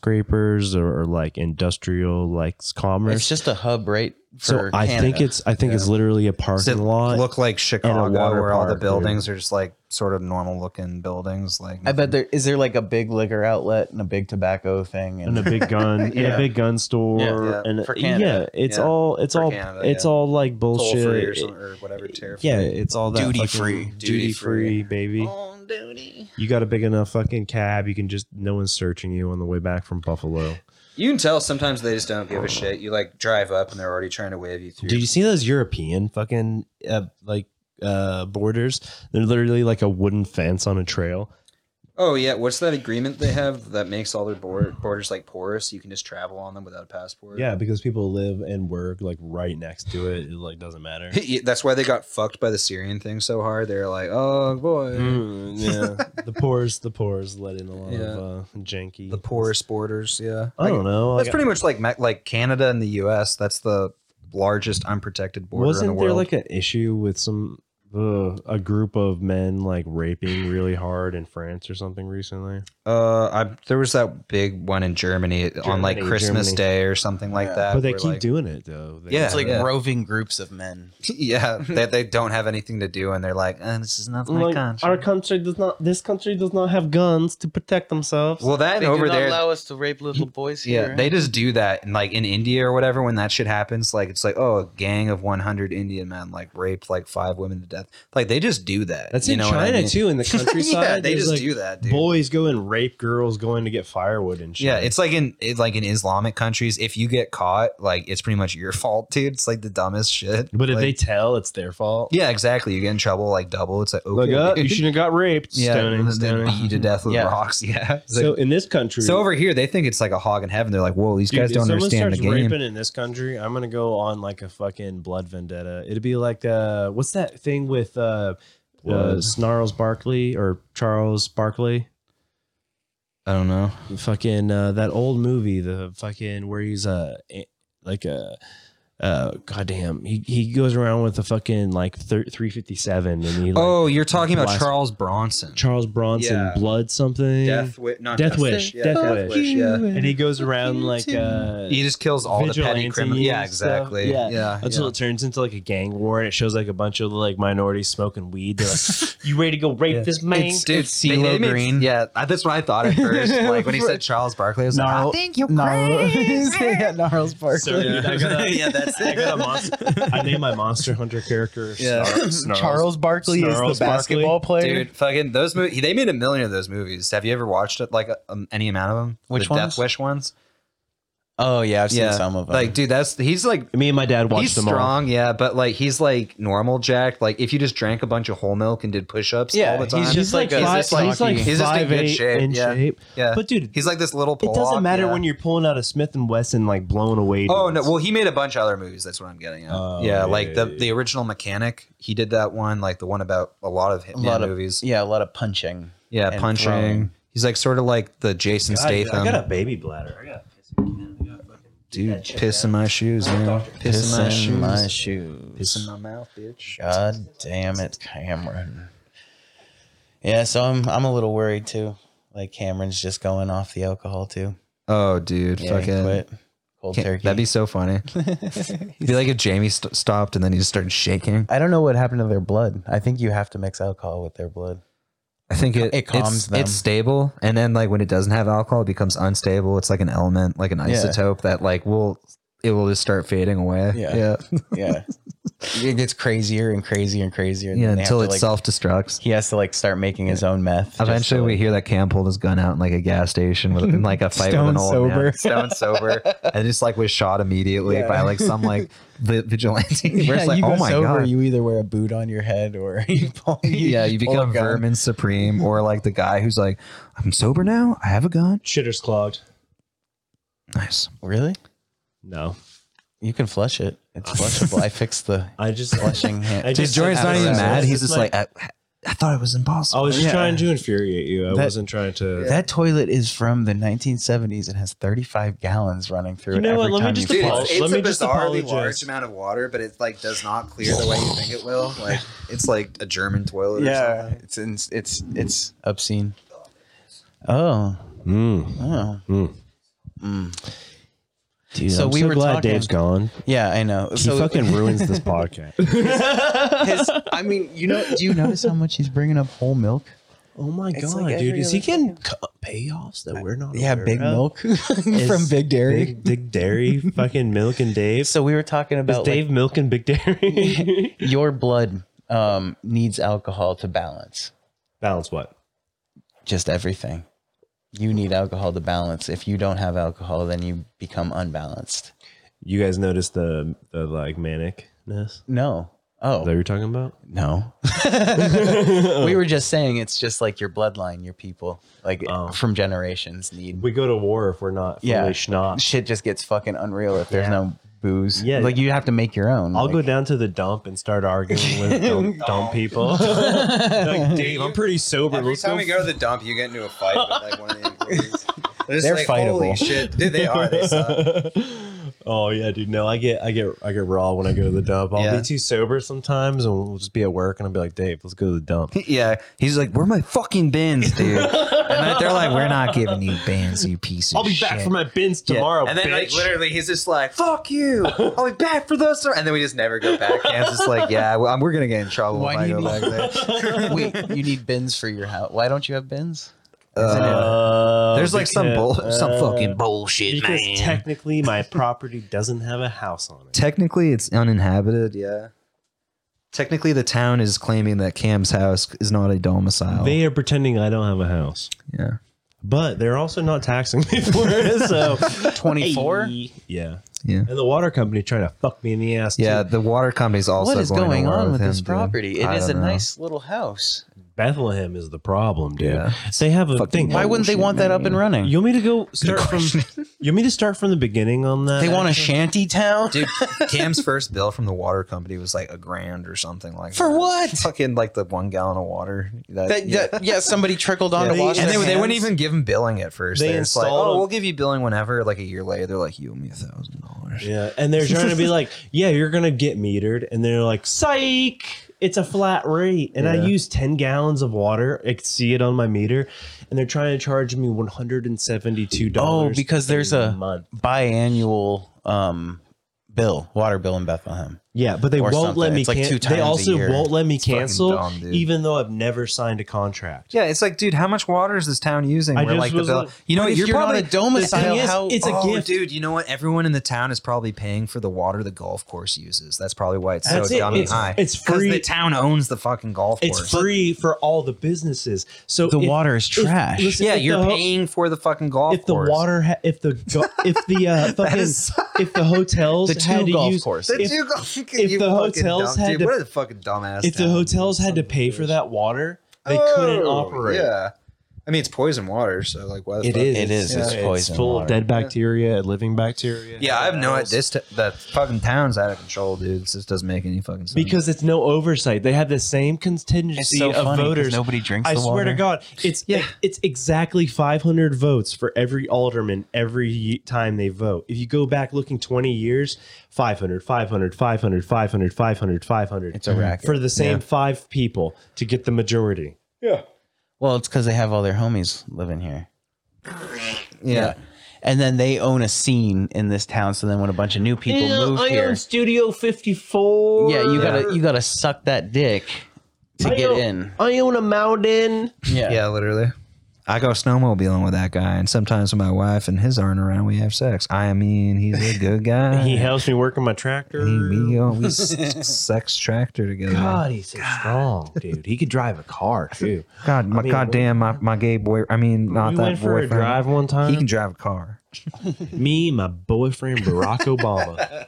[SPEAKER 4] skyscrapers or, or like industrial like s- commerce.
[SPEAKER 1] It's just a hub, right?
[SPEAKER 4] so I think it's I think it's literally a
[SPEAKER 2] Does it
[SPEAKER 4] parking lot.
[SPEAKER 2] look like Chicago,
[SPEAKER 4] water
[SPEAKER 2] where all the
[SPEAKER 4] park,
[SPEAKER 2] buildings are just like sort of normal looking buildings? Like
[SPEAKER 1] I bet there is there like a big liquor outlet and a big tobacco thing
[SPEAKER 4] and a big gun, and
[SPEAKER 2] Yeah.
[SPEAKER 4] a big gun store,
[SPEAKER 1] Yeah,
[SPEAKER 2] yeah.
[SPEAKER 4] and
[SPEAKER 1] For Canada.
[SPEAKER 4] yeah, it's
[SPEAKER 2] Yeah.
[SPEAKER 4] all it's
[SPEAKER 2] For
[SPEAKER 4] all
[SPEAKER 2] Canada,
[SPEAKER 4] it's
[SPEAKER 2] yeah.
[SPEAKER 4] all like
[SPEAKER 2] toll
[SPEAKER 4] bullshit.
[SPEAKER 2] free or, something, or whatever. Tariff
[SPEAKER 4] yeah, it's all that
[SPEAKER 1] Duty free.
[SPEAKER 4] duty free, baby.
[SPEAKER 2] On duty.
[SPEAKER 4] You got a big enough fucking cab, you can just no one's searching you on the way back from Buffalo.
[SPEAKER 2] You can tell sometimes they just don't give a shit. You like drive up and they're already trying to wave you through.
[SPEAKER 4] Did you see those European fucking uh, like uh borders? They're literally like a wooden fence on a trail.
[SPEAKER 2] oh yeah, what's that agreement they have that makes all their bor- borders like porous? You can just travel on them without a passport.
[SPEAKER 4] Yeah, because people live and work like right next to it. It like doesn't matter.
[SPEAKER 2] Yeah, That's why they got fucked by the Syrian thing so hard. They're like, oh boy,
[SPEAKER 4] Mm, yeah, the poor's the poor's let in a lot
[SPEAKER 2] Yeah.
[SPEAKER 4] of uh, janky.
[SPEAKER 2] the poorest borders. Yeah,
[SPEAKER 4] Oh, I don't know.
[SPEAKER 2] That's
[SPEAKER 4] like,
[SPEAKER 2] pretty much like Me- like Canada and the U.S. That's the largest unprotected border
[SPEAKER 4] wasn't
[SPEAKER 2] in the
[SPEAKER 4] there
[SPEAKER 2] world.
[SPEAKER 4] like an issue with some uh, a group of men like raping really hard in France or something recently?
[SPEAKER 2] uh, I, there was that big one in Germany, on like
[SPEAKER 4] Germany,
[SPEAKER 2] Christmas
[SPEAKER 4] Germany.
[SPEAKER 2] Day or something like
[SPEAKER 1] Yeah.
[SPEAKER 2] that.
[SPEAKER 4] but they
[SPEAKER 2] where,
[SPEAKER 4] keep
[SPEAKER 2] like-
[SPEAKER 4] doing it though. They-
[SPEAKER 2] Yeah,
[SPEAKER 1] it's like
[SPEAKER 2] yeah.
[SPEAKER 1] roving groups of men.
[SPEAKER 2] yeah, they, they don't have anything to do, and they're like, eh, this is not my
[SPEAKER 4] Like,
[SPEAKER 2] country.
[SPEAKER 4] our country does not. This country does not have guns to protect themselves.
[SPEAKER 2] well, that and over there,
[SPEAKER 1] us to rape little boys
[SPEAKER 2] Yeah, they just do that, and like in India or whatever, when that shit happens, like it's like oh, a gang of 100 Indian men like raped like five women to death. Like they just do that.
[SPEAKER 4] That's
[SPEAKER 2] You
[SPEAKER 4] in
[SPEAKER 2] know what I
[SPEAKER 4] China
[SPEAKER 2] mean?
[SPEAKER 4] too, in the countryside.
[SPEAKER 2] yeah, they
[SPEAKER 4] there's,
[SPEAKER 2] just
[SPEAKER 4] like,
[SPEAKER 2] do that, dude.
[SPEAKER 4] Boys go and rape girls going to get firewood and shit.
[SPEAKER 2] yeah, it's like in it's like in Islamic countries, if you get caught, like it's pretty much your fault, dude. It's like the dumbest shit.
[SPEAKER 4] but if
[SPEAKER 2] Like-
[SPEAKER 4] they tell, it's their fault.
[SPEAKER 2] yeah, exactly, you get in trouble like double. It's like okay,
[SPEAKER 4] Like, uh, you
[SPEAKER 2] dude.
[SPEAKER 4] shouldn't have got raped.
[SPEAKER 2] yeah,
[SPEAKER 4] Stoning,
[SPEAKER 2] then they
[SPEAKER 4] stoning.
[SPEAKER 2] beat you to death with
[SPEAKER 1] Yeah.
[SPEAKER 2] rocks. Yeah, It's
[SPEAKER 4] So
[SPEAKER 2] like-
[SPEAKER 4] in this country,
[SPEAKER 2] so over here they think it's like a hog in heaven. They're like, whoa, these
[SPEAKER 4] Dude,
[SPEAKER 2] guys
[SPEAKER 4] if
[SPEAKER 2] don't
[SPEAKER 4] someone
[SPEAKER 2] understand the
[SPEAKER 4] starts
[SPEAKER 2] game.
[SPEAKER 4] raping in this country, I'm gonna go on like a fucking blood vendetta. It'd be like uh, what's that thing with uh, uh
[SPEAKER 2] Blood.
[SPEAKER 4] Snarls Barkley or Charles Barkley?
[SPEAKER 2] I don't know.
[SPEAKER 4] fucking uh, that old movie, the fucking where he's uh, a like a uh, goddamn. He he goes around with a fucking like three fifty seven, and he like
[SPEAKER 2] oh, you're talking about
[SPEAKER 4] Blast-
[SPEAKER 2] Charles Bronson.
[SPEAKER 4] Charles Bronson
[SPEAKER 2] Yeah.
[SPEAKER 4] blood something,
[SPEAKER 2] Wish. Not
[SPEAKER 4] Death Wish,
[SPEAKER 2] Yeah,
[SPEAKER 4] Death
[SPEAKER 2] Death
[SPEAKER 4] Wish.
[SPEAKER 2] Wish. Yeah.
[SPEAKER 4] and he goes around like uh,
[SPEAKER 2] He just kills all the petty
[SPEAKER 4] vigilante
[SPEAKER 2] criminals. Yeah,
[SPEAKER 4] and stuff.
[SPEAKER 2] exactly.
[SPEAKER 4] Yeah.
[SPEAKER 2] Yeah. yeah,
[SPEAKER 4] until it turns into like a gang war, and it shows like a bunch of like minorities smoking weed. They're like, "You ready to go rape this man?"
[SPEAKER 2] Dude,
[SPEAKER 1] It's
[SPEAKER 2] they-
[SPEAKER 1] CeeLo
[SPEAKER 2] it makes-
[SPEAKER 1] Green.
[SPEAKER 2] Yeah, I- that's what I thought at first. Like when he said Charles Barkley, I was like, I think you're crazy.
[SPEAKER 1] Gnarls Park.
[SPEAKER 4] So, dude, I gotta-
[SPEAKER 2] yeah, that's
[SPEAKER 4] I got a monster. I named my monster hunter character.
[SPEAKER 2] Yeah.
[SPEAKER 4] Snarl- Snarls.
[SPEAKER 1] Charles Barkley is
[SPEAKER 4] Snarls
[SPEAKER 1] the
[SPEAKER 4] Barkley.
[SPEAKER 1] basketball player.
[SPEAKER 2] Dude, fucking those movies. They made a million of those movies. Have you ever watched it, like um, any amount of them?
[SPEAKER 1] Which
[SPEAKER 2] the
[SPEAKER 1] ones?
[SPEAKER 2] Death Wish ones.
[SPEAKER 1] Oh yeah, I've seen some of them.
[SPEAKER 2] Like, dude, that's he's like
[SPEAKER 4] Me and my dad watched
[SPEAKER 2] he's
[SPEAKER 4] them all.
[SPEAKER 2] strong, yeah, but like he's like normal Jack. Like if you just drank a bunch of whole milk and did push-ups
[SPEAKER 1] Yeah,
[SPEAKER 2] all the
[SPEAKER 1] he's
[SPEAKER 2] time,
[SPEAKER 1] just like a-
[SPEAKER 4] five,
[SPEAKER 1] he's like
[SPEAKER 4] he's like
[SPEAKER 1] hockey.
[SPEAKER 2] He's just in
[SPEAKER 4] five,
[SPEAKER 2] good
[SPEAKER 4] eight
[SPEAKER 2] shape,
[SPEAKER 4] in
[SPEAKER 2] yeah.
[SPEAKER 4] shape.
[SPEAKER 2] yeah.
[SPEAKER 4] But dude,
[SPEAKER 2] he's like this little.
[SPEAKER 4] it doesn't
[SPEAKER 2] Polak,
[SPEAKER 4] matter
[SPEAKER 2] yeah.
[SPEAKER 4] when you're pulling out a Smith and Wesson like blowing away.
[SPEAKER 2] Oh no!
[SPEAKER 4] dudes.
[SPEAKER 2] Well, he made a bunch of other movies. That's what I'm getting at.
[SPEAKER 4] Oh,
[SPEAKER 2] yeah,
[SPEAKER 4] yeah,
[SPEAKER 2] like the
[SPEAKER 4] yeah,
[SPEAKER 2] the original Mechanic. He did that one, like the one about a lot of
[SPEAKER 1] a
[SPEAKER 2] hitman
[SPEAKER 1] lot of
[SPEAKER 2] movies.
[SPEAKER 1] Yeah, a lot of punching.
[SPEAKER 2] Yeah,
[SPEAKER 1] and
[SPEAKER 2] punching.
[SPEAKER 1] throwing.
[SPEAKER 2] He's like sort of like the Jason
[SPEAKER 4] God, dude,
[SPEAKER 2] Statham.
[SPEAKER 4] I got a baby bladder. I got
[SPEAKER 2] dude, piss in my shoes, man. Piss in my
[SPEAKER 1] Piss in
[SPEAKER 2] shoes.
[SPEAKER 1] my shoes.
[SPEAKER 2] Piss in my mouth, bitch.
[SPEAKER 1] God damn it, Cameron. Yeah, so I'm I'm a little worried too. Like Cameron's just going off the alcohol too.
[SPEAKER 2] Oh, dude,
[SPEAKER 1] Yeah, he
[SPEAKER 2] fucking.
[SPEAKER 1] quit. Cold
[SPEAKER 2] Can't-
[SPEAKER 1] turkey.
[SPEAKER 2] That'd be so funny. It'd be like if Jamie st- stopped and then he just started shaking.
[SPEAKER 1] I don't know what happened to their blood. I think you have to mix alcohol with their blood.
[SPEAKER 2] I think it,
[SPEAKER 1] It calms
[SPEAKER 2] it's,
[SPEAKER 1] them.
[SPEAKER 2] it's stable, and then like when it doesn't have alcohol, it becomes unstable. It's like an element, like an
[SPEAKER 1] Yeah.
[SPEAKER 2] isotope that like will it will just start fading away.
[SPEAKER 1] Yeah.
[SPEAKER 2] yeah,
[SPEAKER 1] Yeah. it gets crazier and crazier and crazier. and
[SPEAKER 2] yeah
[SPEAKER 1] then they have
[SPEAKER 2] until
[SPEAKER 1] to,
[SPEAKER 2] it
[SPEAKER 1] like,
[SPEAKER 2] self destructs.
[SPEAKER 1] he has to like start making his own meth. just to,
[SPEAKER 2] Eventually, we
[SPEAKER 1] like-
[SPEAKER 2] hear that Cam pulled his gun out in like a gas station with in like a fight with
[SPEAKER 1] Stone
[SPEAKER 2] an old
[SPEAKER 1] sober.
[SPEAKER 2] man, stone sober, and just like was shot immediately by like some like vi- vigilante. We're just like, oh my god,
[SPEAKER 1] You either wear a boot on your head or you pull,
[SPEAKER 2] yeah, you become vermin supreme, or like the guy who's like, I'm sober now, I have a gun.
[SPEAKER 4] shitter's clogged.
[SPEAKER 2] Nice.
[SPEAKER 1] Really?
[SPEAKER 4] No,
[SPEAKER 1] You can flush it. It's flushable. I fixed the
[SPEAKER 4] I just.
[SPEAKER 1] flushing hand.
[SPEAKER 4] I
[SPEAKER 2] Dude, Jordan's not even
[SPEAKER 1] Absolutely.
[SPEAKER 2] mad. He's
[SPEAKER 4] It's
[SPEAKER 2] just like, I, I thought it was
[SPEAKER 4] I
[SPEAKER 2] impossible.
[SPEAKER 4] was just
[SPEAKER 1] Yeah.
[SPEAKER 4] trying to infuriate you. I
[SPEAKER 1] That-
[SPEAKER 4] wasn't trying to.
[SPEAKER 1] That toilet is from the 1970s and has 35 gallons running through
[SPEAKER 4] You
[SPEAKER 1] it.
[SPEAKER 4] know what?
[SPEAKER 1] every
[SPEAKER 4] Let me
[SPEAKER 1] time
[SPEAKER 4] just
[SPEAKER 1] you
[SPEAKER 4] apologize.
[SPEAKER 1] flush.
[SPEAKER 4] Let me just apologize.
[SPEAKER 2] amount of water, but it like does not clear the way you think it will. Like it's like a German toilet.
[SPEAKER 1] Yeah, it's in, it's it's obscene. Oh,
[SPEAKER 4] Mm.
[SPEAKER 1] oh.
[SPEAKER 4] Mm. Dude,
[SPEAKER 1] So
[SPEAKER 4] I'm
[SPEAKER 1] we
[SPEAKER 4] so
[SPEAKER 1] were
[SPEAKER 4] glad
[SPEAKER 1] talking-
[SPEAKER 4] Dave's gone.
[SPEAKER 1] Yeah, I know.
[SPEAKER 4] He fucking ruins this podcast.
[SPEAKER 1] his, I mean, you know, do you notice how much he's bringing up whole milk?
[SPEAKER 4] Oh my
[SPEAKER 1] It's
[SPEAKER 4] god,
[SPEAKER 1] like
[SPEAKER 4] dude!
[SPEAKER 1] every
[SPEAKER 4] Is he
[SPEAKER 1] other
[SPEAKER 4] getting co- payoffs that we're not?
[SPEAKER 1] Yeah,
[SPEAKER 4] aware
[SPEAKER 1] big
[SPEAKER 4] of?
[SPEAKER 1] milk from
[SPEAKER 4] It's
[SPEAKER 1] Big Dairy.
[SPEAKER 4] Big, Big Dairy, fucking Milk and Dave.
[SPEAKER 1] So we were talking
[SPEAKER 4] Is
[SPEAKER 1] about like,
[SPEAKER 4] Dave Milk and Big Dairy?
[SPEAKER 1] your blood um, needs alcohol to balance
[SPEAKER 4] Balance what?
[SPEAKER 1] just everything. You need alcohol to balance. If you don't have alcohol, then you become unbalanced.
[SPEAKER 4] You guys noticed the the like manicness
[SPEAKER 1] No. Oh
[SPEAKER 4] that you're talking about?
[SPEAKER 1] no. we were just saying it's just like your bloodline, your people, like
[SPEAKER 4] Oh.
[SPEAKER 1] from generations need.
[SPEAKER 4] We go to war if we're not fully
[SPEAKER 1] Yeah.
[SPEAKER 4] schnock.
[SPEAKER 1] Shit just gets fucking unreal if there's no booze.
[SPEAKER 4] Yeah.
[SPEAKER 1] like you have to make your own.
[SPEAKER 4] I'll
[SPEAKER 1] like-
[SPEAKER 4] go down to the dump and start arguing with dump, dump people. like Dave, I'm pretty sober.
[SPEAKER 2] Every
[SPEAKER 4] Let's
[SPEAKER 2] time
[SPEAKER 4] go
[SPEAKER 2] we go to the dump, you get into a fight with like one of the employees. They're, just
[SPEAKER 1] They're
[SPEAKER 2] like, "Holy
[SPEAKER 1] fightable."
[SPEAKER 2] shit, dude! They are. They suck.
[SPEAKER 4] oh yeah, dude. No, I get I get I get raw when I go to the dump. I'll
[SPEAKER 2] Yeah.
[SPEAKER 4] be too sober sometimes, and we'll just be at work, and I'll be like, Dave, let's go to the dump.
[SPEAKER 2] Yeah, he's like, "Where are my fucking bins, dude?" And they're like, "We're not giving you bins, you piece of
[SPEAKER 4] I'll be back for my bins tomorrow,
[SPEAKER 2] And then like
[SPEAKER 4] bitch.
[SPEAKER 2] literally, he's just like, "Fuck you! I'll be back for those." And then we just never go back. Cam's just like, "Yeah, well, I'm- we're gonna get in trouble
[SPEAKER 1] Why
[SPEAKER 2] if I
[SPEAKER 1] do
[SPEAKER 2] go
[SPEAKER 1] you
[SPEAKER 2] back there."
[SPEAKER 1] Wait, you need bins for your house. Why don't you have bins?
[SPEAKER 2] Uh,
[SPEAKER 4] Uh,
[SPEAKER 2] there's like some bull,
[SPEAKER 4] because-
[SPEAKER 2] some
[SPEAKER 4] uh,
[SPEAKER 2] fucking bullshit, man.
[SPEAKER 4] because technically my property doesn't have a house on it.
[SPEAKER 2] Technically, it's uninhabited. Yeah. Technically, the town is claiming that Cam's house is not a domicile.
[SPEAKER 4] They are pretending I don't have a house,
[SPEAKER 2] yeah.
[SPEAKER 4] but they're also not taxing me for it. So
[SPEAKER 1] 24?
[SPEAKER 4] yeah,
[SPEAKER 2] Yeah.
[SPEAKER 4] And the water company trying to fuck me in the ass.
[SPEAKER 2] Yeah,
[SPEAKER 4] too.
[SPEAKER 2] the water company's also
[SPEAKER 1] what is
[SPEAKER 2] going, to
[SPEAKER 1] going
[SPEAKER 2] war
[SPEAKER 1] on with
[SPEAKER 2] him,
[SPEAKER 1] this
[SPEAKER 2] dude.
[SPEAKER 1] property? It
[SPEAKER 2] I
[SPEAKER 1] is a
[SPEAKER 2] don't know.
[SPEAKER 1] nice little house.
[SPEAKER 4] Bethlehem is the problem, dude.
[SPEAKER 2] Yeah.
[SPEAKER 4] They have a
[SPEAKER 5] Fucking
[SPEAKER 4] thing.
[SPEAKER 1] Why wouldn't they want that up and running?
[SPEAKER 4] You want me to go start from? You want me to start from the beginning on that?
[SPEAKER 1] they want a shanty town
[SPEAKER 2] Dude, Cam's first bill from the water company was like a grand or something like
[SPEAKER 1] for
[SPEAKER 2] that.
[SPEAKER 1] what?
[SPEAKER 2] Fucking like the one gallon of water. That,
[SPEAKER 1] That,
[SPEAKER 2] yeah.
[SPEAKER 1] that, yeah, somebody trickled on to
[SPEAKER 2] Yeah.
[SPEAKER 1] wash
[SPEAKER 2] and they,
[SPEAKER 1] their
[SPEAKER 2] they wouldn't
[SPEAKER 1] hands.
[SPEAKER 2] even give him billing at first.
[SPEAKER 4] They
[SPEAKER 2] They're just like,
[SPEAKER 4] installed
[SPEAKER 2] oh,
[SPEAKER 4] a-
[SPEAKER 2] we'll give you billing whenever. Like a year later, they're like, you owe me a thousand dollars.
[SPEAKER 4] Yeah, and they're trying to be like, yeah, you're gonna get metered, and they're like, psych, it's a flat rate, and I
[SPEAKER 2] Yeah.
[SPEAKER 4] use ten gallons of water, I could see it on my meter, and they're trying to charge me one hundred and seventy-two
[SPEAKER 1] Oh,
[SPEAKER 4] dollars.
[SPEAKER 1] because there's a
[SPEAKER 4] month.
[SPEAKER 1] biannual um, bill, water bill in Bethlehem.
[SPEAKER 4] Yeah, but they
[SPEAKER 1] or
[SPEAKER 4] won't let
[SPEAKER 1] something.
[SPEAKER 4] me.
[SPEAKER 1] It's like
[SPEAKER 4] can-
[SPEAKER 1] two times
[SPEAKER 4] they
[SPEAKER 1] a
[SPEAKER 4] also
[SPEAKER 1] year.
[SPEAKER 4] won't let me
[SPEAKER 2] fucking
[SPEAKER 4] cancel,
[SPEAKER 2] dumb, dude.
[SPEAKER 4] even though I've never signed a contract.
[SPEAKER 2] Yeah, it's like, dude, how much water is this town using?
[SPEAKER 4] I
[SPEAKER 2] We're
[SPEAKER 4] just
[SPEAKER 2] like the
[SPEAKER 4] was
[SPEAKER 2] bill.
[SPEAKER 4] like-
[SPEAKER 2] you know,
[SPEAKER 1] But
[SPEAKER 2] what,
[SPEAKER 1] if
[SPEAKER 2] you're,
[SPEAKER 1] you're not
[SPEAKER 2] probably
[SPEAKER 1] a domicile,
[SPEAKER 4] the thing is,
[SPEAKER 1] how
[SPEAKER 4] it's a
[SPEAKER 2] oh,
[SPEAKER 4] gift.
[SPEAKER 2] dude. You know what? Everyone in the town is probably paying for the water the golf course uses. That's probably why it's
[SPEAKER 4] That's
[SPEAKER 2] so
[SPEAKER 4] it.
[SPEAKER 2] dummy
[SPEAKER 4] It's-
[SPEAKER 2] high.
[SPEAKER 4] it's
[SPEAKER 2] 'Cause
[SPEAKER 4] free.
[SPEAKER 2] The town owns the fucking golf
[SPEAKER 4] It's
[SPEAKER 2] course.
[SPEAKER 4] free for all the businesses. So
[SPEAKER 1] the
[SPEAKER 4] if-
[SPEAKER 1] water is
[SPEAKER 4] if-
[SPEAKER 1] trash.
[SPEAKER 4] listen,
[SPEAKER 2] Yeah,
[SPEAKER 4] if
[SPEAKER 2] you're
[SPEAKER 4] the ho-
[SPEAKER 2] paying for the fucking golf
[SPEAKER 4] if the
[SPEAKER 2] course.
[SPEAKER 4] water ha- if the go- if the uh, fucking
[SPEAKER 2] is-
[SPEAKER 4] if the hotels
[SPEAKER 1] The two
[SPEAKER 4] had to
[SPEAKER 1] golf
[SPEAKER 4] use
[SPEAKER 1] courses.
[SPEAKER 2] The
[SPEAKER 4] if,
[SPEAKER 2] two golf- you
[SPEAKER 4] the
[SPEAKER 2] fucking
[SPEAKER 4] hotels
[SPEAKER 2] dumb,
[SPEAKER 4] had
[SPEAKER 2] dude,
[SPEAKER 4] to-
[SPEAKER 2] what a fucking dumbass.
[SPEAKER 4] if the
[SPEAKER 2] town.
[SPEAKER 4] hotels had to pay for that water they couldn't
[SPEAKER 2] Oh,
[SPEAKER 4] operate
[SPEAKER 2] Yeah, I mean it's poison water, so like why the
[SPEAKER 4] it
[SPEAKER 2] fuck-
[SPEAKER 4] is
[SPEAKER 1] It is,
[SPEAKER 2] it's
[SPEAKER 1] poison
[SPEAKER 4] full
[SPEAKER 1] water.
[SPEAKER 4] of dead bacteria and living bacteria
[SPEAKER 2] Yeah, I have no
[SPEAKER 4] else.
[SPEAKER 2] idea. This t- that fucking town's out of control, dude. This just doesn't make any fucking sense.
[SPEAKER 4] because it's no oversight they have the same contingency of voters
[SPEAKER 1] Nobody drinks.
[SPEAKER 4] I
[SPEAKER 1] the
[SPEAKER 4] swear
[SPEAKER 1] water.
[SPEAKER 4] to God, it's e, it's exactly 500 votes for every alderman every ye- time they vote. If you go back looking 20 years, 500, 500, 500, 500, 500, 500.
[SPEAKER 1] It's a racket.
[SPEAKER 4] for the same
[SPEAKER 1] Yeah.
[SPEAKER 4] five people to get the majority.
[SPEAKER 1] Well, it's because they have all their homies living here.
[SPEAKER 2] yeah,
[SPEAKER 1] And then they own a scene in this town. So then when a bunch of new people move
[SPEAKER 3] I
[SPEAKER 1] here,
[SPEAKER 3] own Studio 54.
[SPEAKER 1] yeah, you gotta you gotta suck that dick to
[SPEAKER 3] I
[SPEAKER 1] get
[SPEAKER 3] own-
[SPEAKER 1] in.
[SPEAKER 3] I own a mountain.
[SPEAKER 1] Yeah.
[SPEAKER 2] yeah, literally. I go snowmobiling with that guy, and sometimes when my wife and his aren't around, we have sex. I mean, he's a good guy.
[SPEAKER 4] He helps me work on my tractor.
[SPEAKER 2] He- we go, we s- sex tractor together. God,
[SPEAKER 4] God, he's so strong, dude. He could drive a car too.
[SPEAKER 2] my
[SPEAKER 4] mean,
[SPEAKER 2] goddamn, my, my gay boy. I mean, not
[SPEAKER 4] we
[SPEAKER 2] that
[SPEAKER 4] went for
[SPEAKER 2] boyfriend.
[SPEAKER 4] a drive one time.
[SPEAKER 2] He can drive a car.
[SPEAKER 4] me, my boyfriend Barack Obama.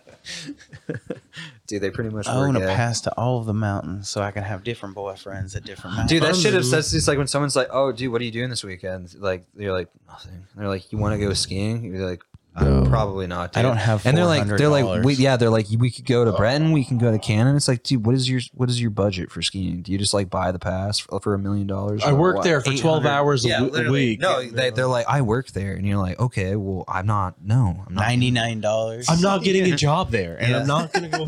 [SPEAKER 2] Dude, they pretty much
[SPEAKER 1] I own a pass to all of the mountains, so I can have different boyfriends at different mountains.
[SPEAKER 2] Dude, that shit upsets. It's like when someone's like, "Oh, dude, what are you doing this weekend?" Like, you're like, "Nothing." And they're like, "You want to go skiing?" You're like, I'm "Probably not." Dude.
[SPEAKER 1] I don't have
[SPEAKER 2] And they're like, they're like,
[SPEAKER 1] $400.
[SPEAKER 2] we, yeah, they're like, we could go
[SPEAKER 4] Oh.
[SPEAKER 2] to Breton, we can go to Canada. It's like, dude, what is your what is your budget for skiing? Do you just like buy the pass for, for a million dollars?
[SPEAKER 4] I
[SPEAKER 2] or
[SPEAKER 4] worked
[SPEAKER 2] what?
[SPEAKER 4] there for 12
[SPEAKER 2] 800?
[SPEAKER 4] hours a
[SPEAKER 2] Yeah,
[SPEAKER 4] w-
[SPEAKER 2] literally.
[SPEAKER 4] week.
[SPEAKER 2] No, they, they're like, I work there, and you're like, okay, well, I'm not. No, I'm not.
[SPEAKER 1] ninety nine dollars.
[SPEAKER 4] I'm not getting a job there, and
[SPEAKER 2] Yeah.
[SPEAKER 4] I'm not going to go.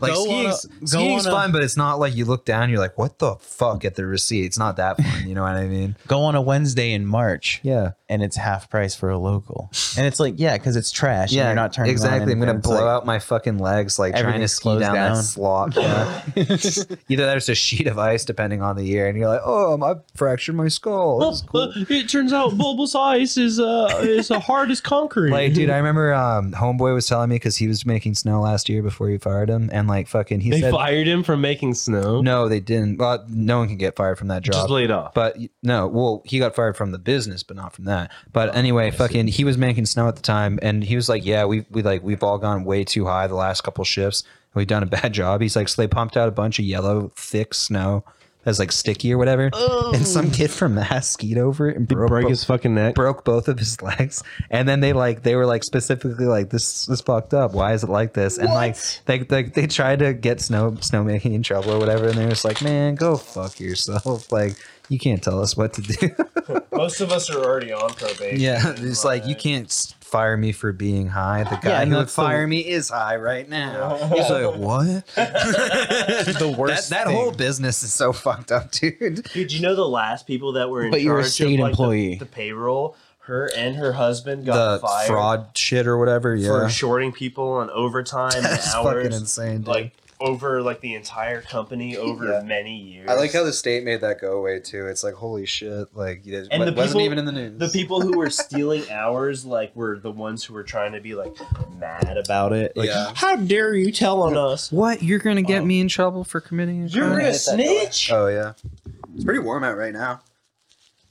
[SPEAKER 2] Like
[SPEAKER 1] Go on
[SPEAKER 2] skiing,
[SPEAKER 1] a- go
[SPEAKER 2] skiing's
[SPEAKER 1] on a-
[SPEAKER 2] fun, but it's not like you look down, you're like, what the fuck at the receipt? It's not that fun. You know what I mean?
[SPEAKER 1] go on a Wednesday in March.
[SPEAKER 2] Yeah.
[SPEAKER 1] and it's half price for a local. And it's like, yeah, because it's trash. Yeah, and you're not turning.
[SPEAKER 2] exactly. I'm gonna blow
[SPEAKER 1] up.
[SPEAKER 2] out my fucking legs like trying to
[SPEAKER 1] everything's
[SPEAKER 2] ski
[SPEAKER 1] closed
[SPEAKER 2] down,
[SPEAKER 1] down.
[SPEAKER 2] that slot. Yeah. Either that or it's a sheet of ice, depending on the year, and you're like, oh, I fractured my skull. This is cool.
[SPEAKER 4] it turns out bulbous ice is uh is the hardest concrete.
[SPEAKER 2] Like, dude, I remember um, Homeboy was telling me because he was making snow last year before you fired him, and like, fucking, he
[SPEAKER 4] they
[SPEAKER 2] said,
[SPEAKER 4] fired him for making snow.
[SPEAKER 2] no, they didn't. Well, no one can get fired from that job.
[SPEAKER 4] just laid off.
[SPEAKER 2] But no, well, he got fired from the business, but not from that.
[SPEAKER 4] Oh,
[SPEAKER 2] But anyway, fucking, he was making snow at the time, and he was like, "Yeah, we we like we've all gone way too high the last couple shifts. and We've done a bad job." He's like, "So they pumped out a bunch of yellow, thick snow that's like sticky or whatever, and some kid from Mass skied over it and broke
[SPEAKER 4] Break
[SPEAKER 2] bo-
[SPEAKER 4] his fucking neck.
[SPEAKER 2] broke both of his legs and then they like they were like specifically like this is fucked up why is it like this and like they, they they tried to get snow snowmaking in trouble or whatever and they were just like man go fuck yourself like you can't tell us what to do
[SPEAKER 4] Most of us are already on probation.
[SPEAKER 2] yeah it's like you can't s- fire me for being high the guy
[SPEAKER 1] and
[SPEAKER 2] who would
[SPEAKER 1] that's the-
[SPEAKER 2] fire me is high right now he's like what the worst that, that whole business is so fucked up dude
[SPEAKER 4] Dude, you know the last people that were in
[SPEAKER 1] But you're a
[SPEAKER 4] charge of,
[SPEAKER 1] state
[SPEAKER 4] like, the-
[SPEAKER 1] employee.
[SPEAKER 4] The, payroll, her and her husband got
[SPEAKER 2] the
[SPEAKER 4] fired
[SPEAKER 2] fraud shit or whatever yeah
[SPEAKER 4] for shorting people on overtime and
[SPEAKER 2] that's fucking
[SPEAKER 4] hours,
[SPEAKER 2] insane dude.
[SPEAKER 4] like over like the entire company over
[SPEAKER 2] Yeah.
[SPEAKER 4] many years.
[SPEAKER 2] I like how the state made that go away too. It's like holy shit! Like it
[SPEAKER 4] And the
[SPEAKER 2] wasn't
[SPEAKER 4] people-
[SPEAKER 2] even in the news.
[SPEAKER 4] the people who were stealing hours like were the ones who were trying to be like mad about it like
[SPEAKER 2] Yeah.
[SPEAKER 4] how dare you tell on us
[SPEAKER 2] What? You're gonna get me in trouble for committing? A
[SPEAKER 4] you're gonna snitch
[SPEAKER 2] Oh yeah. It's pretty warm out right now.